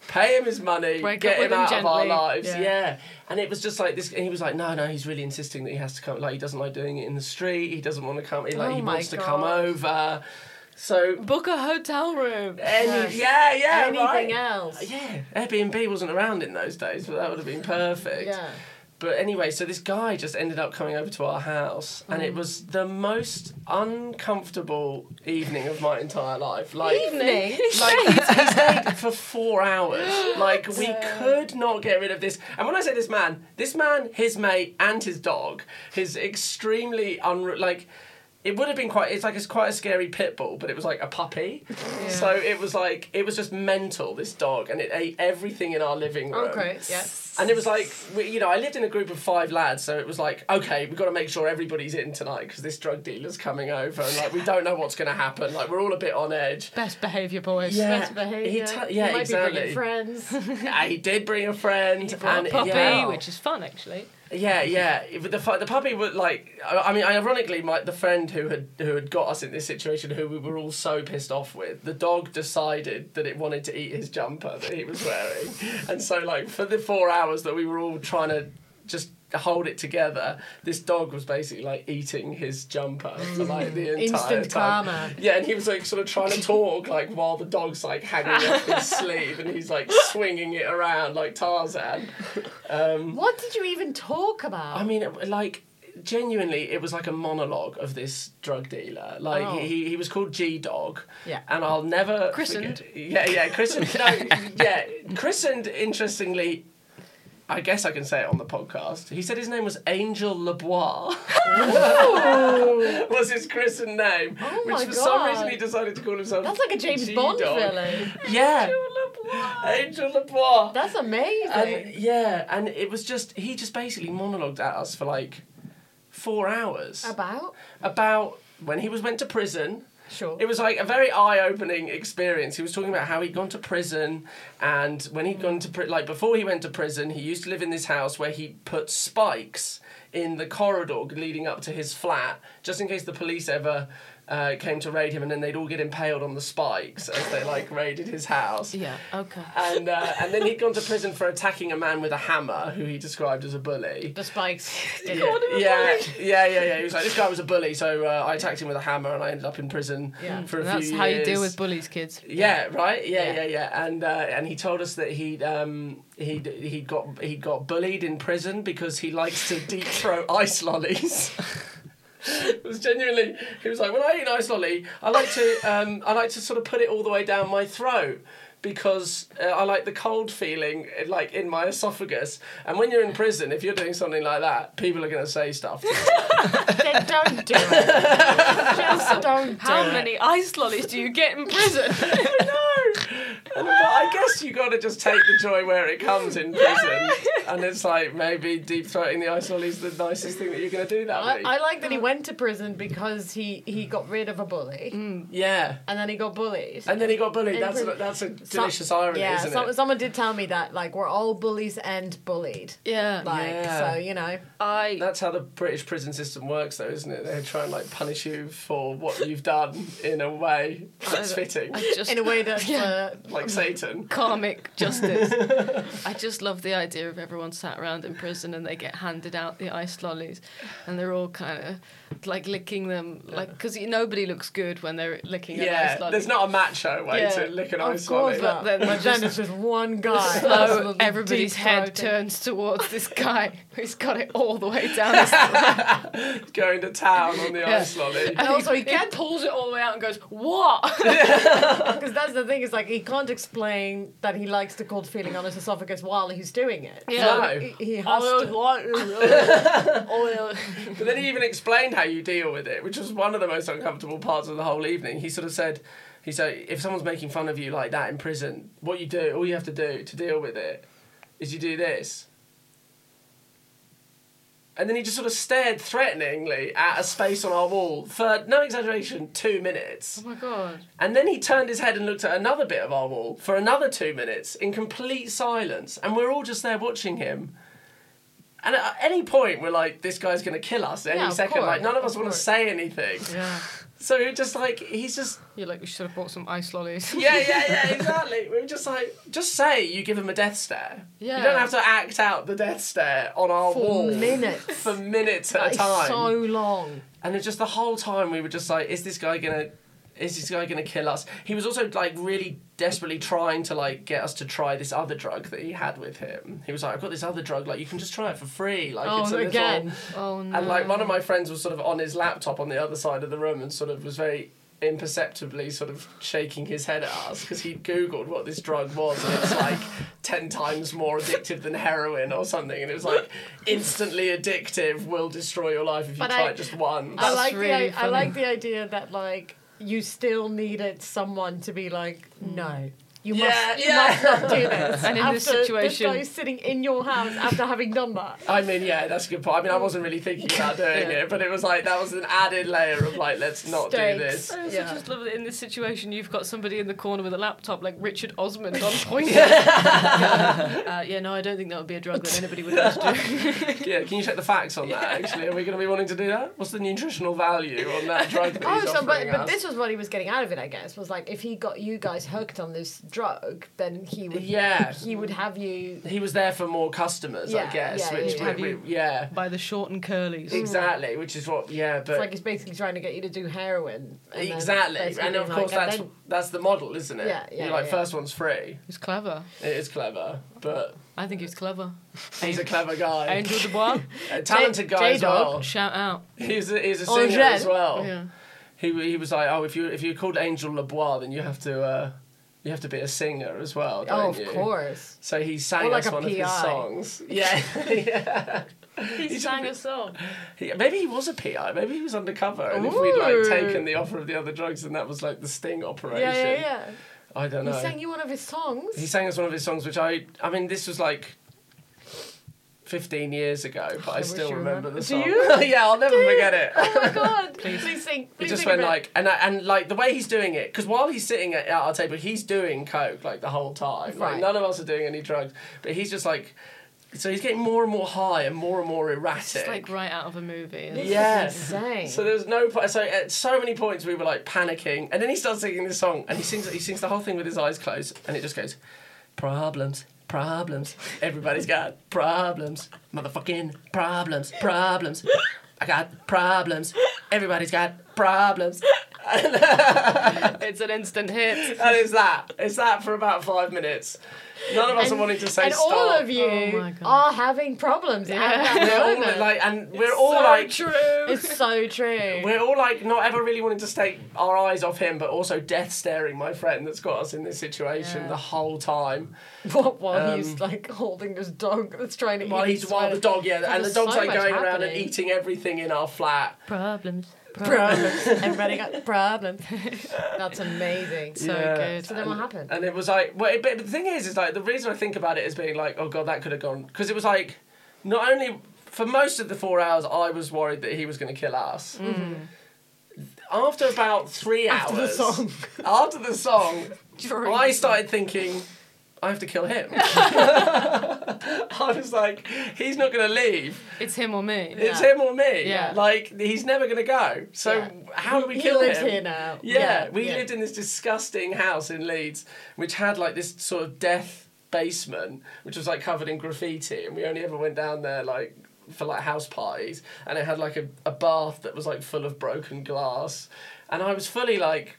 Pay him his money, Break get up with him him out of our gently. lives. Yeah. Yeah. And it was just like this and he was like, No, no, he's really insisting that he has to come like he doesn't like doing it in the street, he doesn't want to come he, like Oh he my wants to come God. over. So Book a hotel room. any, yeah, yeah, right. Anything else? Yeah, Airbnb wasn't around in those days, but that would have been perfect. Yeah. But anyway, so this guy just ended up coming over to our house, and it was the most uncomfortable evening of my entire life. Like, Evening. like he stayed for four hours. Like we could not get rid of this. And when I say this man, this man, his mate, and his dog, his extremely unru like. It would have been quite. It's like it's quite a scary pit bull, but it was like a puppy. So it was like it was just mental. This dog, and it ate everything in our living Oh, room. Okay, yeah. And it was like, we, you know, I lived in a group of five lads, so it was like, okay, we've got to make sure everybody's in tonight because this drug dealer's coming over, and like, we don't know what's going to happen. Like, we're all a bit on edge. Best behaviour, boys. Yeah. Best He behaviour. ta- yeah, you might be exactly. bringing friends. I did bring a friend, and a puppy, yeah, which is fun actually. yeah, yeah. But the fu- the puppy was like, I I mean, ironically, my the friend who had who had got us in this situation, who we were all so pissed off with, the dog decided that it wanted to eat his jumper that he was wearing, and so like for the four hours that we were all trying to just hold it together, this dog was basically like eating his jumper for like the entire Mm. Instant time. karma. Yeah, and he was like sort of trying to talk, like while the dog's like hanging off his sleeve, and he's like swinging it around like Tarzan. what did you even talk about? I mean, it- like genuinely, it was like a monologue of this drug dealer. Like Oh. he, he was called G Dog. Yeah. And I'll never Christened. forget- yeah, yeah, christened. no, yeah, christened. Interestingly. I guess I can say it on the podcast. He said his name was Angel Lebois. was his christened name, which Oh my for some God. reason he decided to call himself. That's like a James G-Dog. Bond villain. Yeah. Angel Lebois. That's amazing. And yeah, and it was just he just basically monologued at us for like four hours about? about when he was went to prison. Sure. It was like a very eye-opening experience. He was talking about how he'd gone to prison, and when he'd gone to pri- like before he went to prison, he used to live in this house where he put spikes in the corridor leading up to his flat, just in case the police ever uh, came to raid him, and then they'd all get impaled on the spikes as they like raided his house Yeah. Okay. and uh, and then he'd gone to prison for attacking a man with a hammer who he described as a bully. The spikes. Yeah, yeah, yeah, yeah, yeah. He was like, this guy was a bully, so uh, I attacked him with a hammer, and I ended up in prison for a And that's few years. how you deal with bullies, kids. Yeah, right. Yeah, yeah, Yeah. yeah. And uh, and he told us that he um he he got he got bullied in prison because he likes to deep throat ice lollies. it was genuinely. He was like, when I eat an ice lolly, I like to um I like to sort of put it all the way down my throat. Because uh, I like the cold feeling, uh, like in my esophagus. And when you're in prison, if you're doing something like that, people are going to say stuff. to you. Then don't do it. Just don't How do many ice lollies do you get in prison? And- but I guess you got to just take the joy where it comes in prison. And it's like maybe deep throating the ice lolly is the nicest thing that you're going to do that I, week. I like that he went to prison because he, he got rid of a bully yeah. and then he got bullied. Mm. And then he got bullied. In That's a, prison. that's a Some- delicious irony, yeah, isn't some- it? someone did tell me that like we're all bullies and bullied. yeah. Like Yeah. so, you know. I That's how the British prison system works, though, isn't it? They try and like punish you for what you've done in a way that's fitting, I just In a way that uh, like Satan. karmic justice. I just love the idea of everyone sat around in prison and they get handed out the ice lollies and they're all kind of like licking them like because nobody looks good when they're licking an ice Yeah, lolly. there's not a macho way Yeah, to lick an of ice course lolly. not. then But they're then, it's just one guy. so absolutely everybody's deep head throating. turns towards this guy who's got it all the way down his throat. Going to town on the ice lolly. And also he He can't pulls it all the way out and goes, What? because that's the thing, is like he can't explain that he likes the cold feeling on his esophagus while he's doing it. No. He, he has to. But then he even explained how you deal with it, which was one of the most uncomfortable parts of the whole evening. He sort of said, he said, if someone's making fun of you like that in prison, what you do, all you have to do to deal with it is you do this. And then he just sort of stared threateningly at a space on our wall for, no exaggeration, two minutes. Oh my god. And then he turned his head and looked at another bit of our wall for another two minutes in complete silence. And we're all just there watching him. And at any point, we're like, this guy's going to kill us any Yeah, of second. Like, course, none of us of want to course. say anything. Yeah. So we're just like, he's just, You're like, We should have bought some ice lollies. yeah, yeah, yeah, exactly. We were just like, just say you give him a death stare. You Yeah. don't have to act out the death stare on our For wall minutes. for minutes at That a is time. so long. And it's just the whole time we were just like, is this guy gonna, is this guy gonna kill us? He was also like really desperately trying to like get us to try this other drug that he had with him. He was like, I've got this other drug, like you can just try it for free, like Oh, it's a again. little. Oh no. And like one of my friends was sort of on his laptop on the other side of the room and sort of was very imperceptibly sort of shaking his head at us because he googled what this drug was and it's like 10 times more addictive than heroin or something and it was like instantly addictive will destroy your life if you But try I- it just once I like really the I, I funny. like the idea that like you still needed someone to be like no. You Yeah, must, you yeah. must not do this. Mm. And in after this this guy situation- is sitting in your house after having done that. I mean, yeah, that's a good point. I mean, I wasn't really thinking about doing it, but it was like that was an added layer of like, let's not do Stakes. this. I also Yeah. just love that in this situation you've got somebody in the corner with a laptop like Richard Osmond on point. uh, yeah, no, I don't think that would be a drug that anybody would want to do. Yeah, can you check the facts on that? Actually, are we going to be wanting to do that? What's the nutritional value on that drug that Oh, he's so but, offering but us? this was what he was getting out of it, I guess. Was like if he got you guys hooked on this drug, then he would Yeah. he would have you. He was there for more customers, I Yeah, guess. yeah, which yeah, we, yeah. we- yeah, By the short and curlies. exactly. Which is what, yeah, but It's like he's basically trying to get you to do heroin. and then exactly. basically And of being course, like, and that's then- that's the model, isn't it? Yeah, yeah, You're like yeah. first one's free. He's clever. It is clever, but I think he's clever. he's a clever guy, Angel Dubois, a talented guy as J-Dog. well. shout out. He's a, he's a singer Angèle. as well. Yeah. he he was like, oh, if you if you're called Angel Lebois, then you have to uh, you have to be a singer as well, don't oh, of you? course. So he sang Or like us a one of his PI. songs. Yeah, yeah. He, sang a song. He- Maybe he was a PI. Maybe he was undercover, and if we'd like taken the offer of the other drugs, then that was like the sting operation. Yeah, yeah, yeah. I don't know. He sang you one of his songs. He sang us one of his songs, which I I mean, this was like. 15 years ago, but I, wish still you remember the remember- Do song. you? yeah, I'll never forget it. Oh my god! please, sing. He Please just sing went a bit. like, and I- and like the way he's doing it, because while he's sitting at, at our table, he's doing coke like the whole time. Like Right. none of us are doing any drugs, but he's just like, so he's getting more and more high and more and more erratic. It's like right out of a movie. And yeah. insane. So there's no point. So at so many points we were like panicking, and then he starts singing this song, and he sings he sings the whole thing with his eyes closed, and it just goes, problems, problems. Everybody's got problems, motherfucking problems, problems. I got problems. Everybody's got problems. It's an instant hit. And it's that. It's that for about five minutes. None of us are wanting to say and stop. all of you Oh my God. are having problems. Yeah. We're all like, and we're all like, it's so true. We're all like not ever really wanting to take our eyes off him, but also death staring my friend that's got us in this situation the whole time. While- While he's like holding this dog that's trying to Um, While eat. he's his while the spider. dog, yeah, God, and the there's dog's so like much going around and happening. eating everything in our flat. Problems. Problems. Everybody got problems. That's amazing. So Yeah. Uh, good. So then what happened? And it was like, well, it, but the thing is, is like the reason I think about it is being like, oh god, that could have gone because it was like, not only for most of the four hours, I was worried that he was going to kill us. Mm-hmm. After about three After the hours, song. after the song, I started thinking, I have to kill him. I was like, he's not going to leave. It's him or me. It's him or me. Yeah. Like he's never going to go. So Yeah. how do we He kill lives him? here now. Yeah, Yeah, we yeah. lived in this disgusting house in Leeds, which had like this sort of death basement, which was like covered in graffiti, and we only ever went down there like for like house parties, and it had like a, a bath that was like full of broken glass, and I was fully like,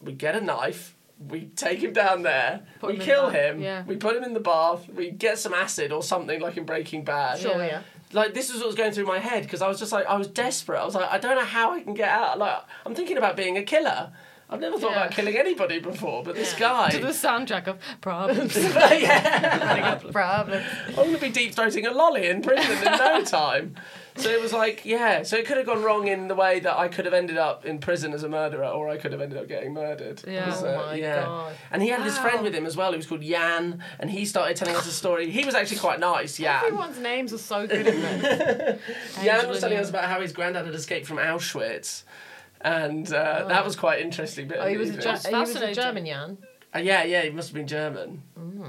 we get a knife. We take him down there. we him in kill the bath, him. yeah. We put him in the bath. We get some acid or something like in Breaking Bad Sure, yeah. like this is what was going through my head because I was just like I was desperate. I was like I don't know how I can get out. Like I'm thinking about being a killer. I've never thought Yeah. about killing anybody before, but this guy. To the soundtrack of Problems. yeah, Problems. I'm gonna be deep throating a lolly in prison in no time. So it was like yeah. So it could have gone wrong in the way that I could have ended up in prison as a murderer, or I could have ended up getting murdered. Yeah. So, Oh my yeah. God. And he had this friend with him as well, who was called Jan, and he started telling us a story. He was actually quite nice, Jan. Everyone's names are so good in this. Jan was telling us about how his granddad had escaped from Auschwitz. And uh, that was quite interesting. Bit Oh, he was a, movie. Ger- he was a fascinating. German, Jan. Uh, yeah, yeah, he must have been German,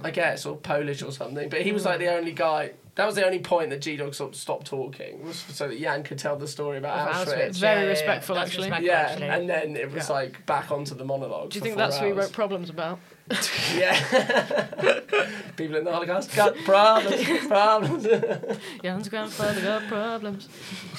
I guess, or Polish or something. But he was like the only guy. That was the only point that G Dog sort of stopped talking, was so that Jan could tell the story about Of Auschwitz. Auschwitz. Very Yeah, yeah, yeah. respectful, That's actually. respectful, Yeah, actually. and then it was like back onto the monologue. Do you think that's what he wrote Problems about? Yeah. People in the Holocaust got problems, problems. Jan's grandfather got problems.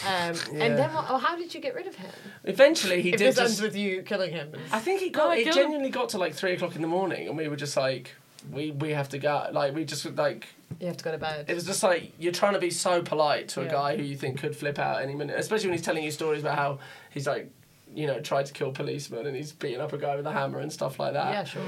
Um, And then what, oh, how did you get rid of him? Eventually, he If did this just... ends with you killing him. I think he got. I it don't- genuinely got to like three o'clock in the morning, and we were just like, we we have to go. Like we just like You have to go to bed. it was just like you're trying to be so polite to a Yeah. guy who you think could flip out any minute, especially when he's telling you stories about how he's like you know, tried to kill policemen and he's beating up a guy with a hammer and stuff like that. Yeah, sure.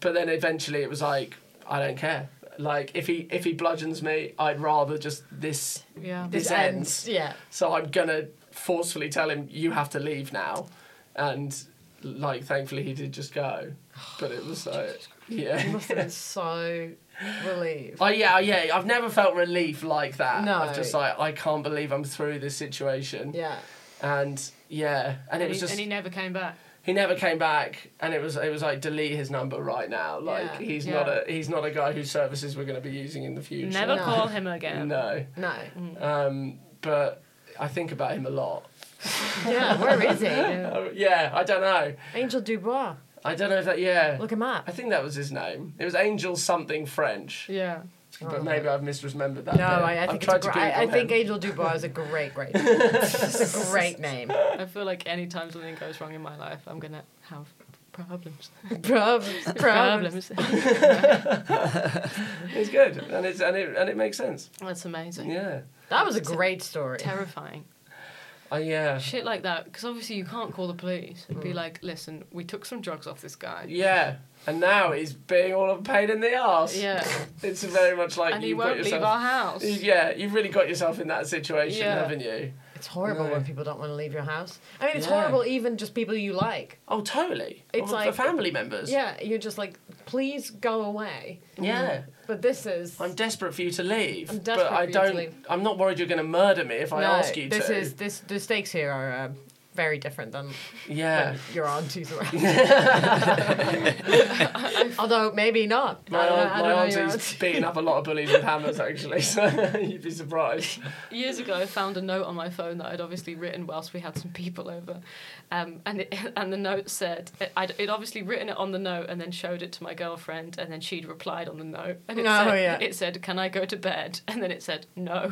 But then eventually it was like, I don't care. Like if he if he bludgeons me, I'd rather just this Yeah. this, ends. Yeah. So I'm gonna forcefully tell him you have to leave now, and like thankfully he did just go. But it was like You yeah. must have been so relieved. Oh yeah, yeah. I've never felt relief like that. No. I've just like I can't believe I'm through this situation. Yeah. And yeah, and it And was he, just and he never came back. he never came back and it was it was like delete his number right now like Yeah, he's yeah. not a he's not a guy whose services we're going to be using in the future Never No. call him again. no No. um but i think about him a lot Yeah, where is he? Uh, yeah i don't know Angel Dubois. i don't know if that yeah Look him up. i think that was his name it was angel something french Yeah. but maybe i've misremembered that Oh, No, bit. I, I I've think it's a tried to gr- I, I Google think him. Angel Dubois is a great, great name. it's a great name. I feel like any time something goes wrong in my life, I'm gonna have problems. Problems. Problems. Problems. it's good and it's and it, and it makes sense That's amazing. yeah That was a great story. Terrifying. uh, yeah Shit like that, because obviously you can't call the police Mm. and be like, "Listen, we took some drugs off this guy." yeah and now he's being all a pain in the ass Yeah. it's very much like and you he put won't leave yourself our house. Yeah, you've really got yourself in that situation, Yeah. haven't you? It's horrible when people don't want to leave your house. I mean, it's Yeah. horrible even just people you like. Oh, totally. It's Or like- the family members. Yeah, you're just like, please go away. Yeah. But this is. I'm desperate for you to leave, I'm but desperate I for you to don't. leave. I'm not worried you're going to murder me if I No, ask you this to. is this the stakes here are um very different than yeah. your auntie's around. Although maybe not. My, I don't, know- aunt, I my don't know your auntie's auntie. beaten up a lot of bullies with hammers, actually, so you'd be surprised. Years ago, I found a note on my phone that I'd obviously written whilst we had some people over, um, and it, and the note said I'd it obviously written it on the note and then showed it to my girlfriend, and then she'd replied on the note, and it Oh, said yeah. it said, "Can I go to bed?" And then it said, "No."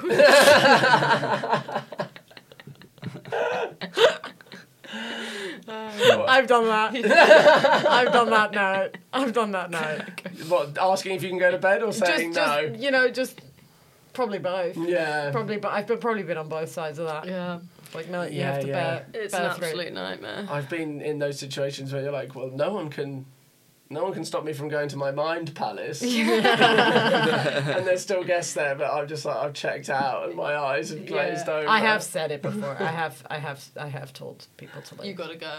I've done that. I've done that now. I've done that now. What, asking if you can go to bed or saying just, no? just you know, just probably both. yeah. Probably, but I've been- probably been on both sides of that. yeah, Like, no, you Yeah, have to yeah. bear. it's an bear through. absolute nightmare. I've been in those situations where you're like, well, no one can, no one can stop me from going to my mind palace, and there's still guests there, but I'm just like, I've checked out, and my eyes have glazed over. I have said it before. I have, I have, I have told people to leave. You gotta go.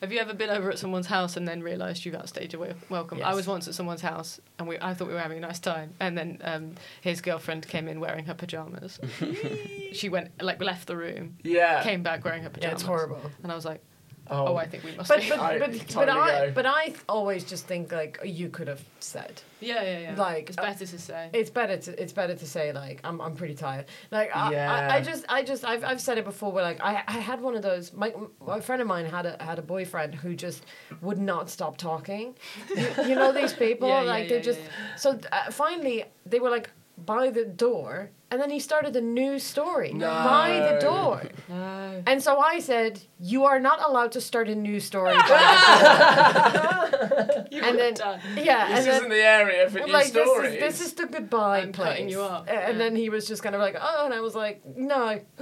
Have you ever been over at someone's house and then realised you've outstayed your wel- welcome? I Yes. was once at someone's house and we, I thought we were having a nice time, and then um, his girlfriend came in wearing her pajamas. she went like left the room, Yeah. came back wearing her pajamas. yeah, it's horrible. And I was like, Oh, oh, I think we must. But be. but I but, totally but I go. but I th- always just think like you could have said. yeah, yeah, yeah. Like, uh, it's better to say. It's better to it's better to say like I'm I'm pretty tired. Like I, Yeah. I, I just I just I've, I've said it before. Where like I, I had one of those. My, my friend of mine had a had a boyfriend who just would not stop talking. you, you know these people Yeah, yeah, like they yeah, just so uh, finally they were like by the door, and then he started a new story by the door. no. And so I said, "You are not allowed to start a new story." You and then done. yeah, This and then, isn't the area for I'm new like stories. this is this is the goodbye I'm place. cutting you off, A- And yeah. then he was just kind of like, oh, and I was like, no.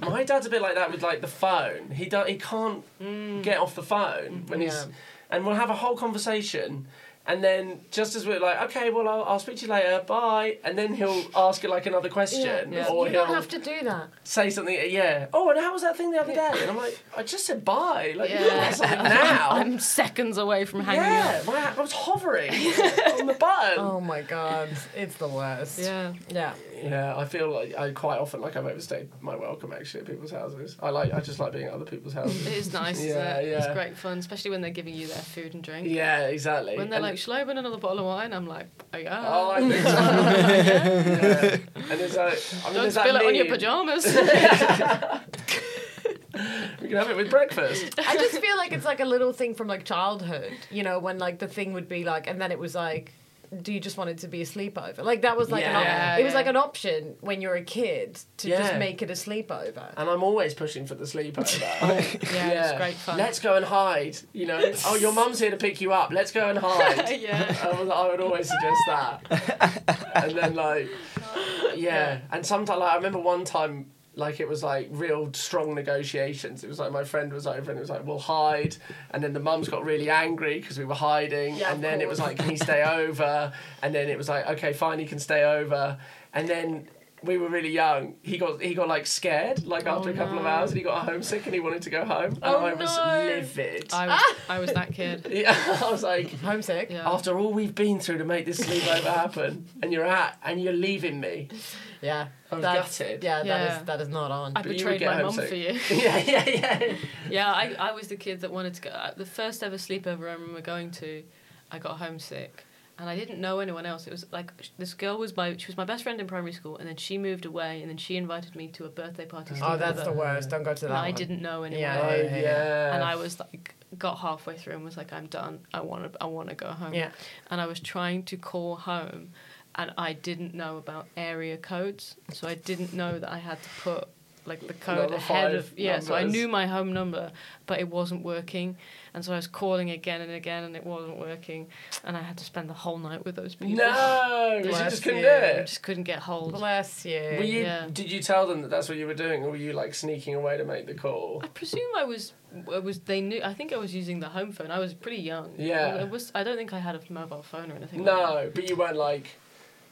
My dad's a bit like that with like the phone. He do- he can't Mm. get off the phone when he's Yeah. and we'll have a whole conversation and then just as we're like, okay, well I'll, I'll speak to you later, bye, and then he'll ask you like another question Yeah. or You he'll don't have to do that. say something. Yeah. Oh, and how was that thing the other day? And I'm like, I just said bye. Like Yeah. you can something now. I'm seconds away from hanging yeah, up. my, I was hovering on the button. Oh my god, it's the worst. Yeah. Yeah. Yeah, I feel like I quite often like I've overstayed my welcome actually at people's houses. I like I just like being at other people's houses. It is nice. isn't Yeah, it? It's yeah. great fun, especially when they're giving you their food and drink. yeah, exactly. When they're And- like, "Shall I open another bottle of wine?" I'm like, "Oh yeah." Oh, I think so. yeah. And there's like, I mean, Don't there's that spill it on your meme, pajamas. We can have it with breakfast. I just feel like it's like a little thing from like childhood, you know, when like the thing would be like, and then it was like, do you just want it to be a sleepover? Like that was like an op- Yeah. it was Yeah. like an option when you're a kid to just Yeah. make it a sleepover. And I'm always pushing for the sleepover. yeah, yeah, it's great fun. Let's go and hide. You know, oh, your mum's here to pick you up. Let's go and hide. yeah. I would, I would always suggest that. and then like, yeah. And sometimes like, I remember one time like it was like real strong negotiations. It was like my friend was over and it was like, we'll hide. And then the mums got really angry because we were hiding. Yeah, and of then it was course. like, can he stay over? And then it was like, okay, fine, he can stay over. And then we were really young. He got he got like scared, like after a couple of hours, and he got homesick and he wanted to go home. And Oh, I was no. livid. I was, I was that kid. yeah, I was like, Homesick. Yeah. after all we've been through to make this sleepover happen, and you're at and you're leaving me. Yeah. I was That's, gutted. Yeah, that Yeah. is that is not on. I you would betrayed get my mum homesick. for you. yeah, yeah, yeah. Yeah, I, I was the kid that wanted to go. uh, The first ever sleepover I remember going to, I got homesick, and I didn't know anyone else. It was like sh- this girl was my she was my best friend in primary school, and then she moved away, and then she invited me to a birthday party. Oh, sleepover, that's the worst. Don't go to that. And I one. didn't know anyone. Yeah, yeah, yeah. And I was like, got halfway through and was like, I'm done. I want to. I want to go home. Yeah. And I was trying to call home, and I didn't know about area codes, so I didn't know that I had to put like the code Another ahead five of yeah. So I numbers. knew my home number, but it wasn't working, and so I was calling again and again, and it wasn't working, and I had to spend the whole night with those people. No, you Bless just couldn't you. do I it. just couldn't get hold. Bless you. Were you? Yeah. Did you tell them that that's what you were doing, or were you like sneaking away to make the call? I presume I was. I was. They knew. I think I was using the home phone. I was pretty young. Yeah. I was. I don't think I had a mobile phone or anything. like No, but you weren't like,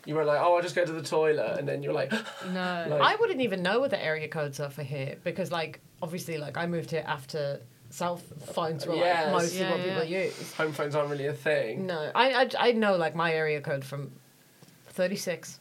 you weren't like, oh, I just go to the toilet, and then you're like, that. No. Like- I wouldn't even know what the area codes are for here because, like, obviously, like I moved here after cell phones were Yes. like mostly Yeah, what yeah. people use. home phones aren't really a Mm. thing. No, I, I I know like my area code from thirty six.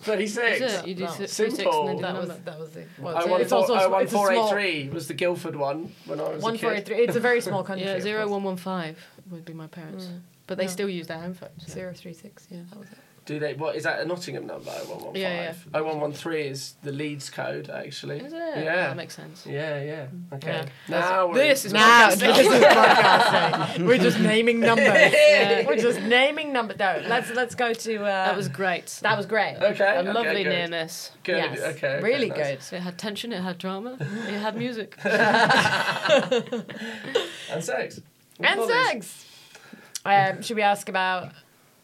Thirty six. Is it? You do No. si- three, six, Simple. and then That that was number. that was it. I it's- one it's four- also a oh, sm- one it's a four eight small- three was the Guildford one when I was One a four kid. eight three. It's a very small country. Yeah, of zero course. one one five would be my parents, but they No. still use their home phones. so- Zero three six. Hmm. Yeah, that was it. Do they? What is that? A Nottingham number? Oh one one Yeah, five. Oh one one three is the Leeds code actually. Is it? Yeah. That makes sense. yeah, yeah. Okay. Yeah. Now we're This is Now, podcasting. this is podcasting. We're just naming numbers. Yeah. We're just naming numbers. No, let's let's go to. Uh, That was great. that was great. okay. a okay, lovely good. near miss. Good. Yes. Okay. okay, Really nice. good. So it had tension, it had drama, it had music. And sex. And Lollies. sex. Um, should we ask about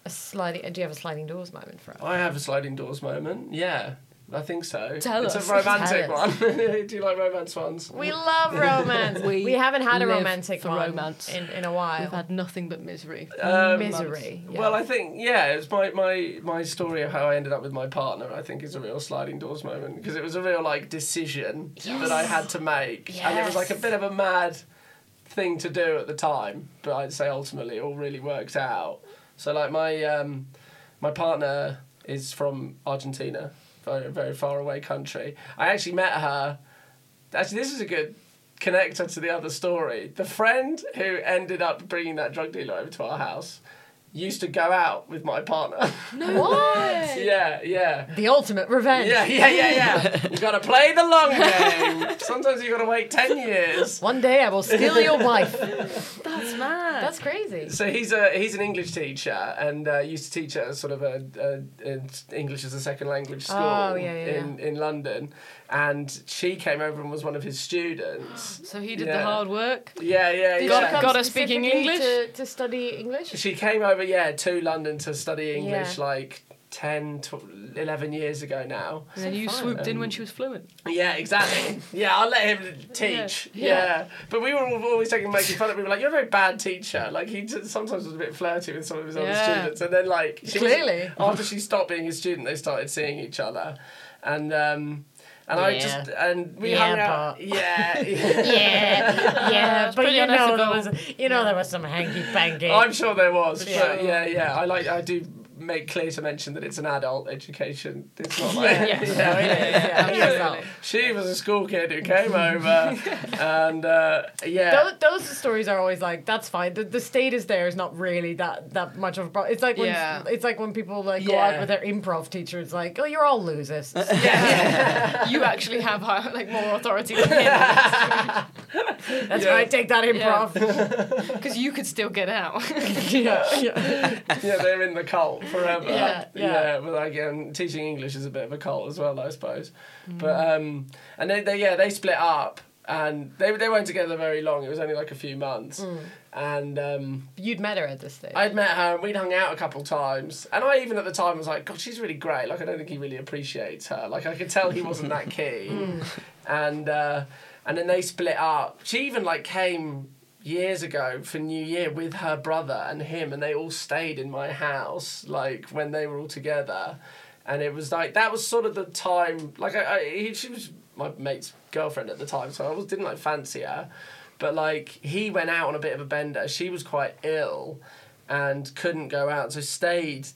a sliding? Do you have a sliding doors moment for us? I have a sliding doors moment. Yeah. I think so. Tell it's us. a romantic Tell us. one. Do you like romance ones? We love romance. we, We haven't had a live romantic for one romance. in in a while. I've had nothing but misery. Um, Misery. yeah. Well, I think yeah, it's my, my my story of how I ended up with my partner. I think is a real sliding doors moment because it was a real like decision that I had to make, and it was like a bit of a mad thing to do at the time. But I'd say ultimately it all really worked out. So like my um, my partner is from Argentina, very very far away country. I actually met her. Actually, this is a good connector to the other story. The friend who ended up bringing that drug dealer over to our house used to go out with my partner. what? yeah, yeah. The ultimate revenge. Yeah, yeah, yeah, yeah. you gotta play the long game. Sometimes you gotta wait 10 years. One day I will steal your wife. That's mad. That's crazy. So he's a he's an English teacher and uh, used to teach at a sort of a, a, a English as a second language school Oh, yeah, yeah, in in London, and she came over and was one of his students. so he did Yeah. the hard work. Yeah, yeah, Did yeah. you come Got her speaking specifically English? to, to study English. she came over yeah to london to study english Yeah. like 10 to 11 years ago now And then you swooped Um, in when she was fluent. yeah exactly yeah i'll let him teach yeah, Yeah. but we were all- always taking making fun of we were like you're a very bad teacher like he t- sometimes was a bit flirty with some of his other Yeah. students and then like she was- Clearly. after she stopped being his student they started seeing each other and um and I Yeah. just and we Yeah, hung out. but- yeah. Yeah, yeah, but pretty you know there was unethical. you know there was some hanky panky. I'm sure there was. Yeah. But yeah, yeah. I like. I do make clear to mention that it's an adult education. It's not like. yeah, yeah, yeah, yeah. She was a school kid who came over, and uh, yeah. Those, those stories are always like that's fine. The, the state is there is not really that that much of a problem. It's like when Yeah. it's like when people like go Yeah. out with their improv teacher. It's like oh you're all losers. you actually have high, like more authority than him That's right. Take that improv. because you could still get out. Yeah. yeah. yeah, they're in the cult forever. Yeah, yeah. but like um, Mm. teaching English is a bit of a cult as well, I suppose. But um, and they, they yeah they split up. and they they weren't together very long. It was only like a few months, Mm. and. Um, You'd met her at this stage. I'd met her and we'd hung out a couple times. And I even at the time was like, God, she's really great. Like, I don't think he really appreciates her. Like, I could tell he wasn't that keen. and uh, and then they split up. She even like came years ago for New Year with her brother and him, and they all stayed in my house like when they were all together. And it was like that was sort of the time. Like, I, I he, she was my mate's girlfriend at the time, so I was, didn't like fancy her. But like he went out on a bit of a bender. She was quite ill, and couldn't go out, so stayed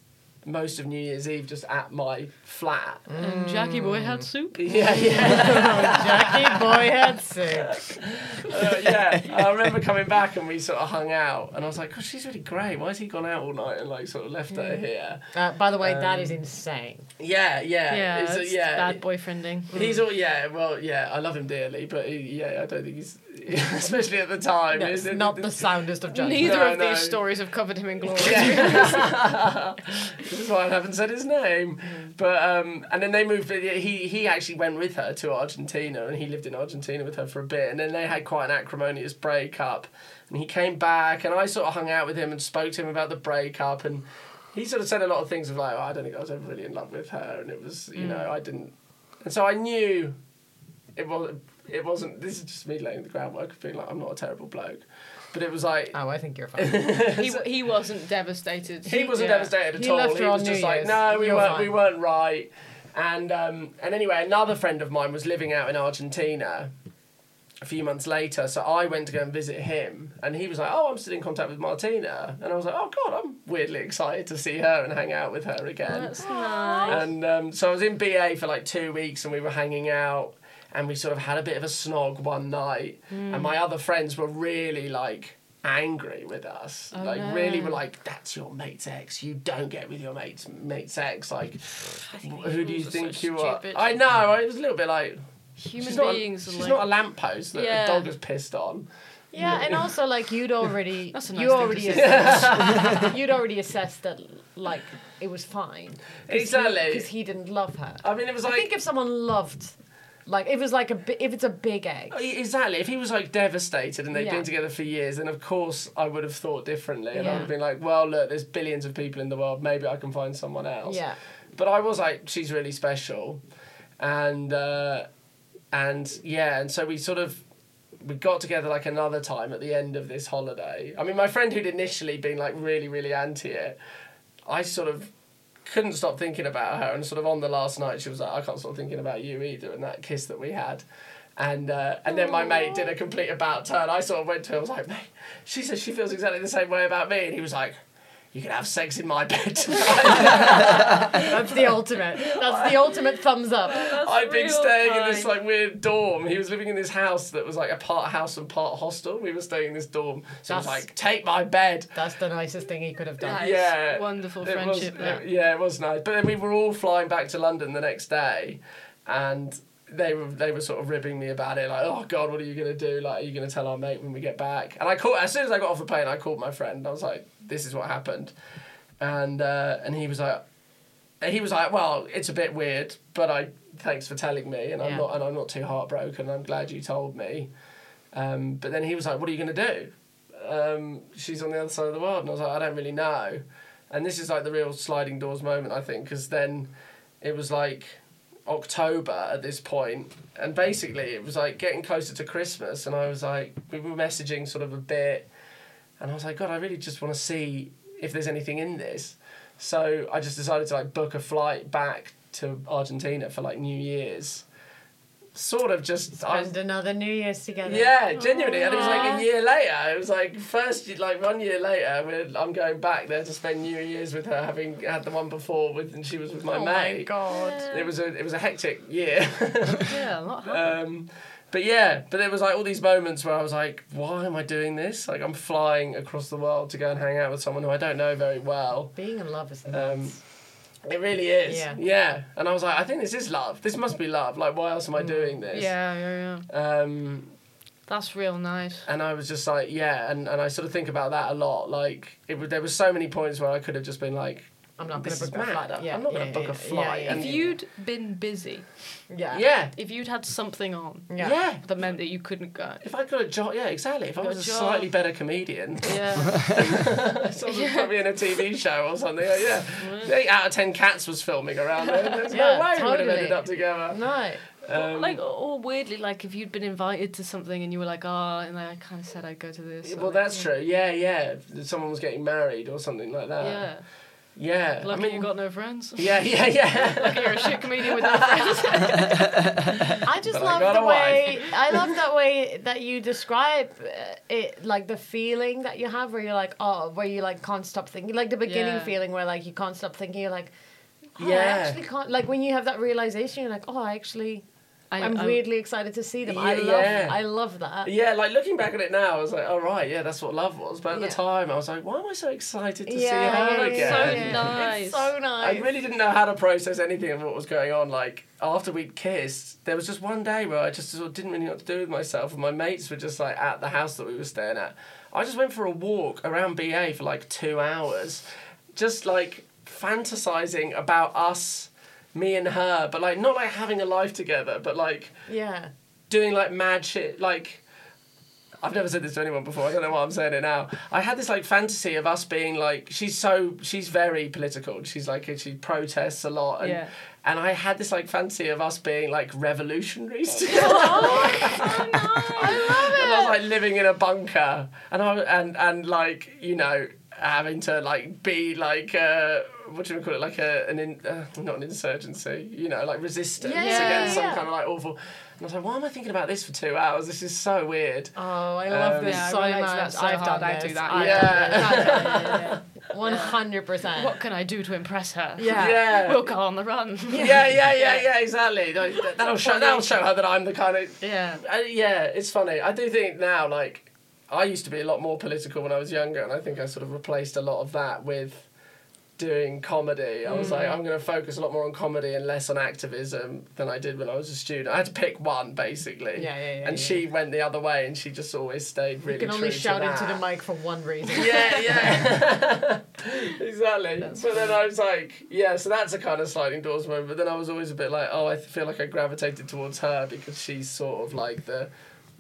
most of New Year's Eve just at my flat. And Jackie Boy had soup. Yeah, yeah, Jackie Boy had sick. uh, yeah. I remember coming back and we sort of hung out, and I was like, "Gosh, she's really great. Why has he gone out all night and like sort of left her here?" Uh, by the way, that is insane. Mm. Yeah, yeah, Yeah, It's, uh, it's yeah. bad boyfriending. He's all yeah, well yeah. I love him dearly, but he, yeah, I don't think he's especially at the time. No, is it's it- not the soundest of judgments. Neither No, of no. these stories have covered him in glory. This is why I haven't said his name. But um, and then they moved. He he actually went with her to Argentina, and he lived in Argentina with her for a bit. And then they had quite an acrimonious breakup. And he came back, and I sort of hung out with him and spoke to him about the breakup. And he sort of said a lot of things of like, oh, I don't think I was ever really in love with her, and it was you know I didn't. And so I knew it was it wasn't. This is just me laying the groundwork of being like, I'm not a terrible bloke. But it was like Oh, I think you're fine. he, he wasn't devastated. he wasn't yeah. devastated at He all. left he her was on just New like, Year's. no, we You're weren't, fine." we weren't right. And um, and anyway, another friend of mine was living out in Argentina a few months later, so I went to go and visit him, and he was like, "Oh, I'm still in contact with Martina," and I was like, "Oh God, I'm weirdly excited to see her and hang out with her again." And um, so I was in BA for like two weeks, and we were hanging out, and we sort of had a bit of a snog one night, and Hmm. my other friends were really like angry with us, Oh, like really were like, "That's your mate's ex. You don't get with your mate's mate's ex. Like, who do you rules are think so you are?" stupid. I know. I was a little bit like. Human She's not, a, beings she's are like. not a lamppost that Yeah. a dog has pissed on. yeah, and also like you'd already, That's a nice you thing to already, say. assessed, you'd already assessed that like it was fine Exactly. because he didn't love her. I mean, it was I like think if someone loved, like if it was like a bi- if it's a big egg, E- Exactly. If he was like devastated and they'd Yeah. been together for years, then of course I would have thought differently, and I Yeah. would have been like, "Well, look, there's billions of people in the world. Maybe I can find someone else." Yeah. But I was like, "She's really special," and uh, and yeah, and so we sort of we got together like another time at the end of this holiday. I mean, my friend who'd initially been like really really anti it, I sort of couldn't stop thinking about her and sort of on the last night she was like i can't stop thinking about you either and that kiss that we had and uh, and then my mate did a complete about turn i sort of went to him i was like mate she says she feels exactly the same way about me and he was like you can have sex in my bed that's the ultimate. That's the ultimate thumbs up. I've been real staying in this kind. like weird dorm. He was living in this house that was like a part house and part hostel. We were staying in this dorm. So he That's- was like, take my bed. That's the nicest thing he could have done. Nice. Yeah. Wonderful It was- friendship, it- yeah, it was nice. But then we were all flying back to London the next day and they were they were sort of ribbing me about it, like, oh God, what are you gonna do? Like, are you gonna tell our mate when we get back? And I called as soon as I got off the plane, I called my friend. I was like, this is what happened. And uh, and he was like and he was like, "Well, it's a bit weird, but I thanks for telling me, and I'm Yeah. not and I'm not too heartbroken. I'm glad you told me." Um, but then he was like, "What are you going to do? Um, she's on the other side of the world," and I was like, "I don't really know." And this is like the real sliding doors moment, I think, because then it was like October at this point, and basically it was like getting closer to Christmas, and I was like, we were messaging sort of a bit, and I was like, God, I really just want to see if there's anything in this. So I just decided to like book a flight back to Argentina for like New Year's. Sort of just I was, Spend another New Year's together. yeah, genuinely, and it was like a year later. It was like first ye- like one year later. We're, I'm going back there to spend New Year's with her, having had the one before with, and she was with my Oh mate. my god. It was a it was a hectic year. yeah, a lot happened. Um, but yeah, but there was like all these moments where I was like, why am I doing this? Like I'm flying across the world to go and hang out with someone who I don't know very well. Being in love is Um, nuts. it really is. Yeah. And I was like, I think this is love. This must be love. Like why else am I doing this? Mm. yeah, yeah, yeah. Um, That's real nice. and I was just like, yeah, and, and I sort of think about that a lot. Like it was, there were so many points where I could have just been like, I'm not going This to is book a mad. flight. Yeah, I'm not going to yeah, book yeah, a flight. Yeah, and- If you'd been busy, yeah. yeah, if you'd had something on Yeah. yeah. that meant that you couldn't go. If I'd got a job, yeah, exactly. If I Got was a a job. slightly better comedian, Yeah. someone put me in a TV show or something. oh, Yeah, Mm. eight out of ten cats was filming around there. There's Yeah, no way we would have totally. ended up together. No. Um, like, or weirdly, like if you'd been invited to something and you were like, ah, and I kind of said I'd go to this. well, or- that's true. Yeah, yeah. If Someone was getting married or something like that. Yeah. Yeah. Lucky I mean, you got no friends. yeah, yeah, yeah. You're a shit comedian with no friends. I just But I love got the a wife. way I love that way that you describe uh, it, like the feeling that you have, where you're like, oh, where you like can't stop thinking, like the beginning Yeah. feeling where like you can't stop thinking. You're like, oh, I Yeah. actually can't. Like when you have that realization, you're like, oh, I actually, I, I'm weirdly excited to see them. I Yeah, love, yeah. I love that. yeah, like looking back at it now, I was like, all right, yeah, that's what love was. But at Yeah. the time, I was like, why am I so excited to Yeah, see her yeah, again? So Yeah. nice. It's so I nice. really didn't know how to process anything of what was going on. Like after we'd kissed, there was just one day where I just sort of didn't really know what to do with myself, and my mates were just like at the house that we were staying at. I just went for a walk around BA for like two hours, just like fantasizing about us, me and her, but like not like having a life together, but like yeah. doing like mad shit like I've never said this to anyone before. I don't know why I'm saying it now. I had this like fantasy of us being like she's so she's very political. She's like she protests a lot and Yeah. and I had this like fantasy of us being like revolutionaries and I was like living in a bunker, and I and and like you know having to like be like uh, what do you call it like a an in, uh, not an insurgency, you know like resistance Yeah, yeah, against yeah, some yeah. kind of like awful. And I was like, why am I thinking about this for two hours? This is so weird. Um, Oh, I love this yeah, I so relate to much. that so I've hard. done I this. do that. I've Yeah. done this. One hundred percent. What can I do to impress her? Yeah. Yeah. We'll go on the run. yeah, yeah, yeah, yeah, exactly. Like, th- That'll show. That'll show her that I'm the kind of. Yeah. Uh, yeah, it's funny. I do think now, like, I used to be a lot more political when I was younger, and I think I sort of replaced a lot of that with doing comedy. I was like, Mm. I'm going to focus a lot more on comedy and less on activism than I did when I was a student. I had to pick one basically. Yeah, yeah, yeah, And yeah. she went the other way, and she just always stayed really. You can only true to shout into that. the mic for one reason. Yeah, yeah. exactly. but then I was like, yeah, so that's a kind of sliding doors moment. But then I was always a bit like, oh, I feel like I gravitated towards her because she's sort of like the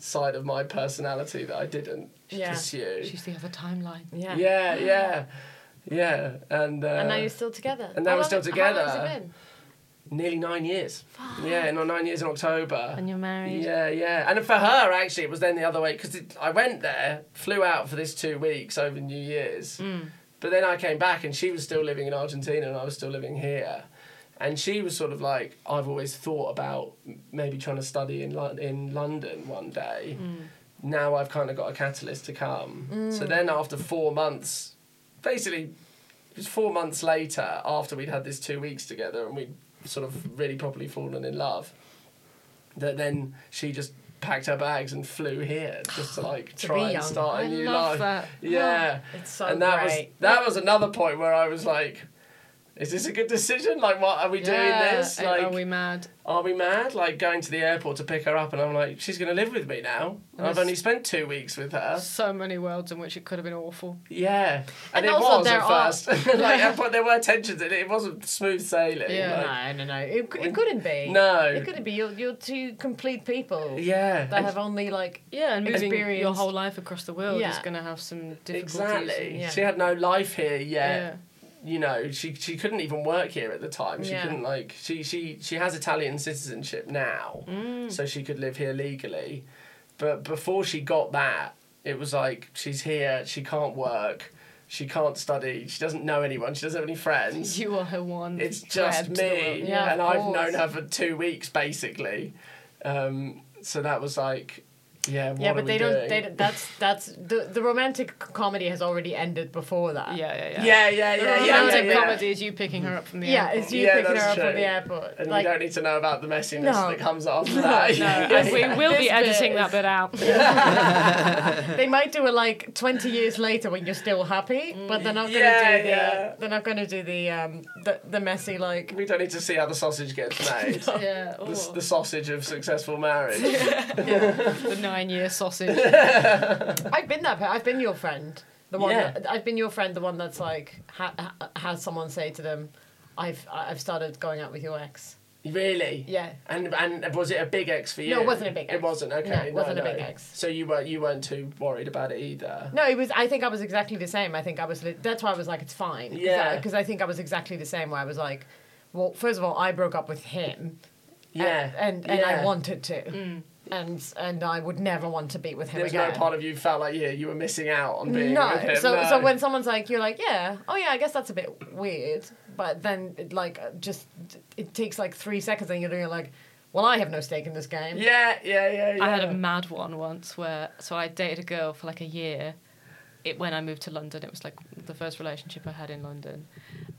side of my personality that I didn't Yeah. pursue. She's the other timeline. Yeah. yeah, yeah. Yeah. And, uh, And now you're still together. and now I we're love still it. together. How long has it been? nearly nine years. Yeah, in our nine years in October. And you're married. Yeah, yeah. And for her, actually, it was then the other way because I went there, flew out for this two weeks over New Year's. But then I came back and she was still living in Argentina and I was still living here. And she was sort of like, I've always thought about m- maybe trying to study in, Lon- in London one day. Now I've kind of got a catalyst to come. So then after four months, basically it was four months later after we'd had this two weeks together and we'd sort of really properly fallen in love that then she just packed her bags and flew here just to like To be try young. and start a I new love life that. yeah It's so and that was great. that was another point where i was like is this a good decision like what are we Yeah. doing this Are- like Are we mad? are we mad? Like going to the airport to pick her up, and I'm like, she's gonna live with me now. And I've only spent two weeks with her. So many worlds in which it could have been awful. Yeah, and, And it also was there at are- first. like, but there were tensions, and it wasn't smooth sailing. Yeah. like- no, no, no. It, c- it couldn't be. No. It couldn't be. You're, you're two complete people yeah. that have only, like, Yeah, and moving your Experience. whole life across the world is Yeah. going to have some difficulties. Exactly. yeah. She had no life here yet. Yeah. You know, she she couldn't even work here at the time. She Yeah. couldn't like she she she has Italian citizenship now, Mm. so she could live here legally. But before she got that, it was like she's here. She can't work. She can't study. She doesn't know anyone. She doesn't have any friends. You are her one. It's just thread to the me, world. Yeah, and of I've course. known her for two weeks basically. Um, so that was like, yeah. What yeah, are but we they don't, doing? they don't. That's, that's, the, the romantic c- comedy has already ended before that. Yeah, yeah, yeah. Yeah, yeah, The yeah, yeah. yeah, romantic yeah. comedy is you picking her up from the Yeah, airport. it's you Yeah, picking her that's up from true. the airport. And like, we don't need to know about the messiness No. that comes after that. and we will be This editing bit is- that bit out. they might do it like 20 years later when you're still happy, but they're not going to Yeah, do the, yeah. they're not going to do the, um, the, the messy, like, We don't need to see how the sausage gets made. yeah, The, s- oh, the sausage of successful marriage. the nine-year sausage. I've been that. per- I've been your friend The one Yeah. that, I've been your friend, the one that's like ha- ha- has someone say to them, "I've I've started going out with your ex." Really? Yeah. And and was it a big X for you? No, it wasn't a big It X. wasn't. Okay. No, it wasn't a no. big X. So you weren't you weren't too worried about it either. No, it was. I think I was exactly the same. I think I was. li- That's why I was like, it's fine. Yeah. Because I think I was exactly the same. Where I was like, well, first of all, I broke up with him. Yeah. And and, and Yeah. I wanted to. And and I would never want to be with him There was again. no part of you felt like yeah you were missing out on being no. with him. So no. so when someone's like, you're like, yeah, oh yeah, I guess that's a bit weird. But then it, like uh, just it takes like three seconds, and you're doing like, well, I have no stake in this game. yeah yeah yeah yeah. I had a mad one once where so I dated a girl for like a year. It when I moved to London, it was like the first relationship I had in London,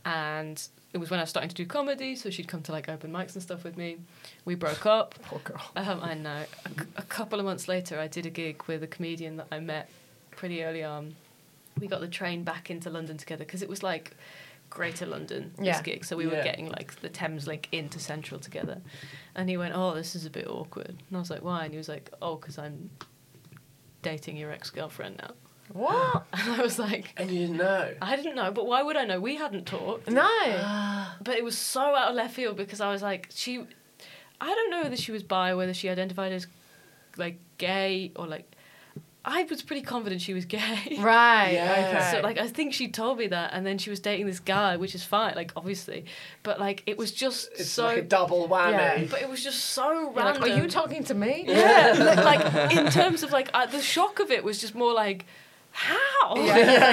and it was when I was starting to do comedy. So she'd come to like open mics and stuff with me. We broke up. Oh, Poor girl. Um, I know. A, c- a couple of months later, I did a gig with a comedian that I met pretty early on. We got the train back into London together because it was like Greater London this Yeah. gig, so we Yeah. were getting like the Thames link into Central together. And he went, "Oh, this is a bit awkward." And I was like, "Why?" And he was like, "Oh, because I'm dating your ex girlfriend now." What? And I was like, and you didn't know. "I didn't know, but why would I know? We hadn't talked." No. Ah. But it was so out of left field because I was like, she, I don't know whether she was bi, whether she identified as like gay or like, I was pretty confident she was gay. Right. Yeah. Okay. So like I think she told me that, and then she was dating this guy, which is fine, like obviously, but like it was just It's so. like a double whammy. but it was just so You're like, random. are you talking to me? Yeah, li- like in terms of like uh, the shock of it was just more like how how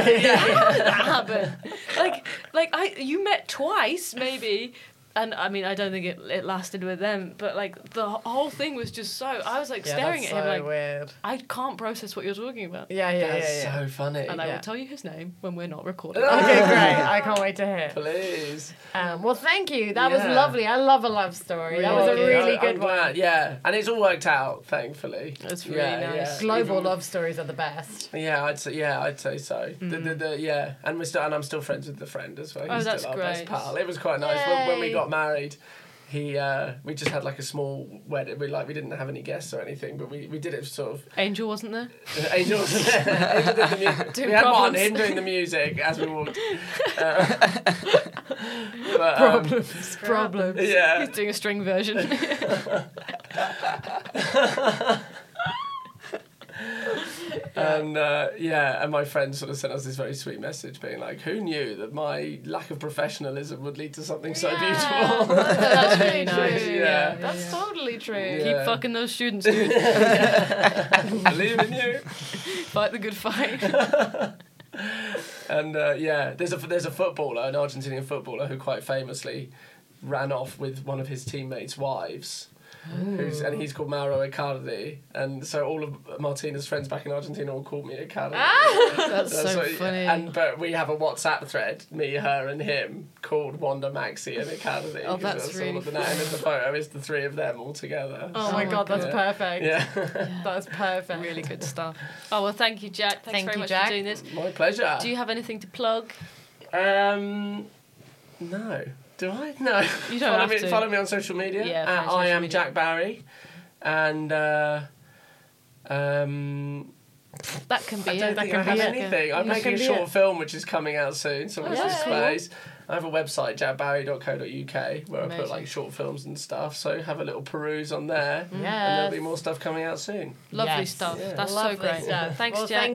did that happen? Like like I you met twice maybe. And I mean, I don't think it, it lasted with them, but like the whole thing was just so. I was like staring at that's him, so like weird. I can't process what you're talking about. Yeah, yeah, That's yeah, yeah. so funny. And I Yeah. will tell you his name when we're not recording. Okay, great. I can't wait to hear. Please. Um, well, thank you. That Yeah. was lovely. I love a love story. that was a Yeah, really I'm good one. glad, Yeah, and it's all worked out, thankfully. That's really Yeah, nice. yeah. Global Even- love stories are the best. Yeah, I'd say yeah, I'd say so. The, the, the, yeah, and we still and I'm still friends with the friend as well. He's Hmm. Oh, that's still our best great. pal. It was quite nice when, when we Yay. got married. He uh, we just had like a small wedding. We like we didn't have any guests or anything, but we, we did it sort of. Angel wasn't there. Angel, was there. Angel did the music. Doing we had Martin problems. him doing the music as we walked. Uh, but, um, Problems. yeah, He's doing a string version. And uh, yeah, and my friend sort of sent us this very sweet message being like, Who knew that my lack of professionalism would lead to something so beautiful? That's really nice. true. Yeah. That's totally true. Yeah. Keep fucking those students, dude. Believe in you. Fight the good fight. And uh, yeah, there's a, there's a footballer, an Argentinian footballer, who quite famously ran off with one of his teammates' wives. Who's, and he's called Mauro Icardi, and so all of Martina's friends back in Argentina all called me Icardi. Ah, That's, so what- funny. And but we have a WhatsApp thread, me, her, and him, called Wanda Maxi and Academy. Oh, 'cause that's all really of the name in the photo is the three of them all together. Oh, my god, that's Yeah. perfect. Yeah, That's perfect. really good stuff. Oh well, thank you, Jack. Thanks Thank very you, much Jack. for doing this. my pleasure. Do you have anything to plug? um, no, do I? No. You don't follow have me, to. Follow me on social media. Yeah, follow at social I am media. Jack Barry, and. Uh, um, That can be I it. don't think I have anything. I'm That making a can be short it. film which is coming out soon, so Oh, watch this that's space. I have a website, jackbarry.co.uk, where I put Amazing. like short films and stuff. So have a little peruse on there, Mm. and there'll Yes. be more stuff coming out soon. Lovely Yes. stuff. Yeah. That's so Lovely great. stuff. Thanks, Well, Jack. thank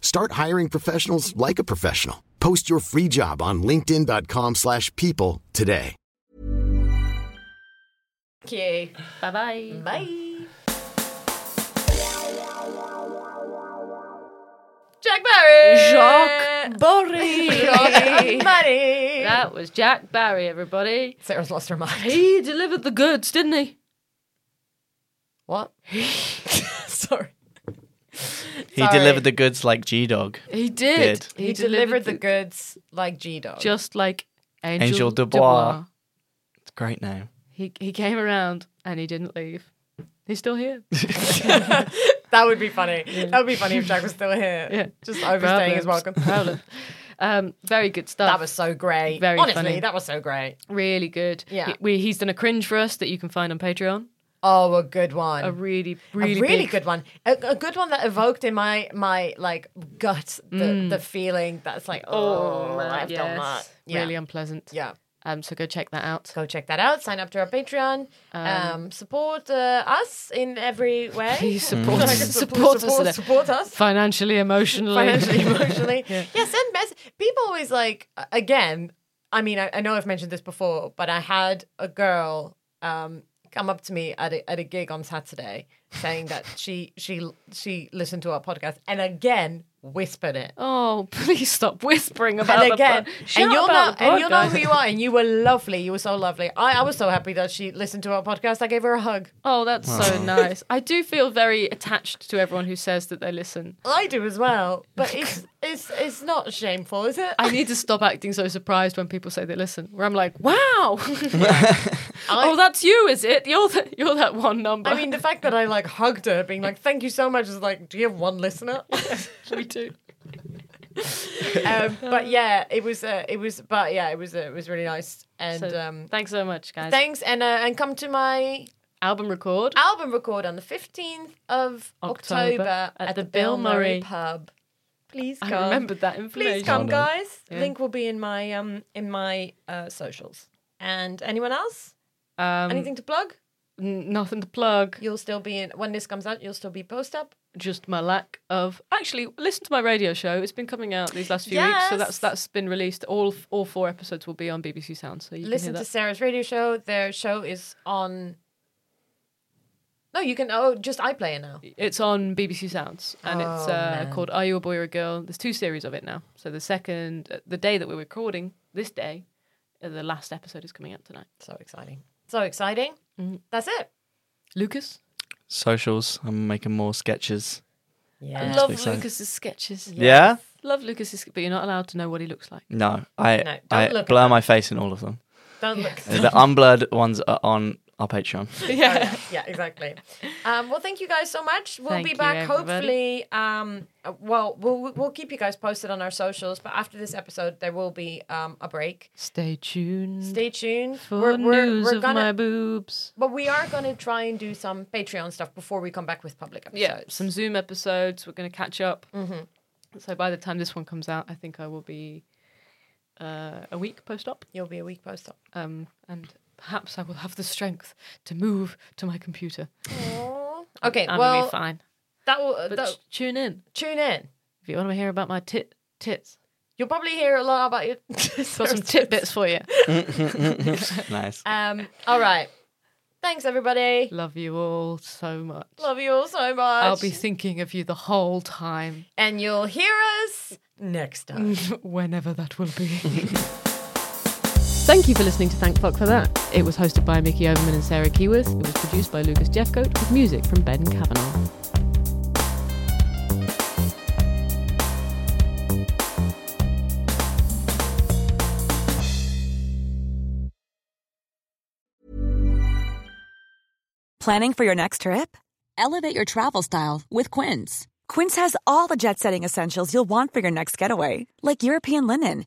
Start hiring professionals like a professional. Post your free job on linkedin.com/people slash people today. Okay. Bye bye. Bye. Jack Barry. Jacques Barry. Jacques Barry. That was Jack Barry, everybody. Sarah's lost her mind. He delivered the goods, didn't he? What? Sorry. He delivered the goods like G Dog. He did. Did. He, delivered, the goods like G Dog. just like Angel, Angel Dubois. Dubois. It's a great name. He he came around and he didn't leave. He's still here. That would be funny. That would be funny if Jack was still here. Yeah. Just overstaying his Problems. welcome. Problems. Um, very good stuff. That was so great. Very Honestly, funny. that was so great. really good. Yeah. He, we, he's done a cringe for us that you can find on Patreon. Oh, a good one. A really, A really, really big- good one. A, a good one that evoked in my my like gut the, the feeling that's like, oh, man, I've done that. Mm. yes. Yeah. Really unpleasant. yeah. Um, so go check that out. Go check that out. Sign up to our Patreon. Um, support uh, us in every way. Please support us. support, Support us in support, it. support us. Financially, emotionally. financially, emotionally. yeah. send mess. People always like uh, again. I mean, I, I know I've mentioned this before, but I had a girl um, come up to me at a, at a gig on Saturday saying that she she she listened to our podcast and again whispered it. Oh, please stop whispering about And again, the po- Shut and you'll know, about the and you'll know podcast. who you are, and you were lovely. You were so lovely. I, I was so happy that she listened to our podcast. I gave her a hug. Oh, that's so nice. I do feel very attached to everyone who says that they listen. I do as well, but it's it's it's not shameful, is it? I need to stop acting so surprised when people say they listen. Where I'm like, wow, oh, that's you, is it? You're the, you're that one number. I mean, the fact that I like hugged her, being like, "Thank you so much," is like, "Do you have one listener?" we do. um, but yeah, it was, uh, it was, but yeah, it was, uh, it was really nice. And So, um, thanks so much, guys. thanks, and uh, and come to my Album record. album record on the fifteenth of October, October at, the, Bill Murray, pub. Please come. I remembered that Please information. come, guys. Link will be in my um in my uh, socials. And anyone else? Um, Anything to plug? n- nothing to plug. You'll still be in when this comes out. You'll still be post up. Just my lack of actually listen to my radio show. It's been coming out these last few weeks, so Yes. that's that's been released. All all four episodes will be on BBC Sound, so you listen can to hear Sarah's radio show. Their show is on. No, you can. Oh, just iPlayer now. that. It's on BBC Sounds, and it's Oh, uh, man. called "Are You a Boy or a Girl?" There's two series of it now. So the second, uh, the day that we're recording, this day, uh, the last episode is coming out tonight. So exciting. So exciting. Mm-hmm. That's it. Lucas, Socials. I'm making more sketches. Yeah. Love love exciting. Lucas's sketches. Yeah? Love Lucas's, but you're not allowed to know what he looks like. No, I don't I look at blur that. my face in all of them. Don't look. the unblurred ones are on our Patreon. yeah. Yeah, exactly. Um, well, thank you guys so much. We'll Thank be you, back everybody. hopefully. Um, uh, well, we'll we'll keep you guys posted on our socials. But after this episode, there will be um, a break. Stay tuned Stay tuned for news of my boobs. but we are gonna try and do some Patreon stuff before we come back with public episodes. Yeah, some Zoom episodes. We're going to catch up. So by the time this one comes out, I think I will be uh, a week post op, You'll be a week post up. um, and perhaps I will have the strength to move to my computer. Okay, I'm gonna well, be fine. that will But that, t- tune in tune in. if you want to hear about my tit tits. You'll probably hear a lot about your Got some tidbits for you. nice. Um, all right. Thanks, everybody. Love you all so much. Love you all so much. I'll be thinking of you the whole time, and you'll hear us next time. whenever that will be. Thank you for listening to Thank Fuck for That. It was hosted by Mickey Overman and Sarah Keyworth. It was produced by Lucas Jeffcoat with music from Ben Cavanaugh. Planning for your next trip? Elevate your travel style with Quince. Quince has all the jet setting essentials you'll want for your next getaway, like European linen,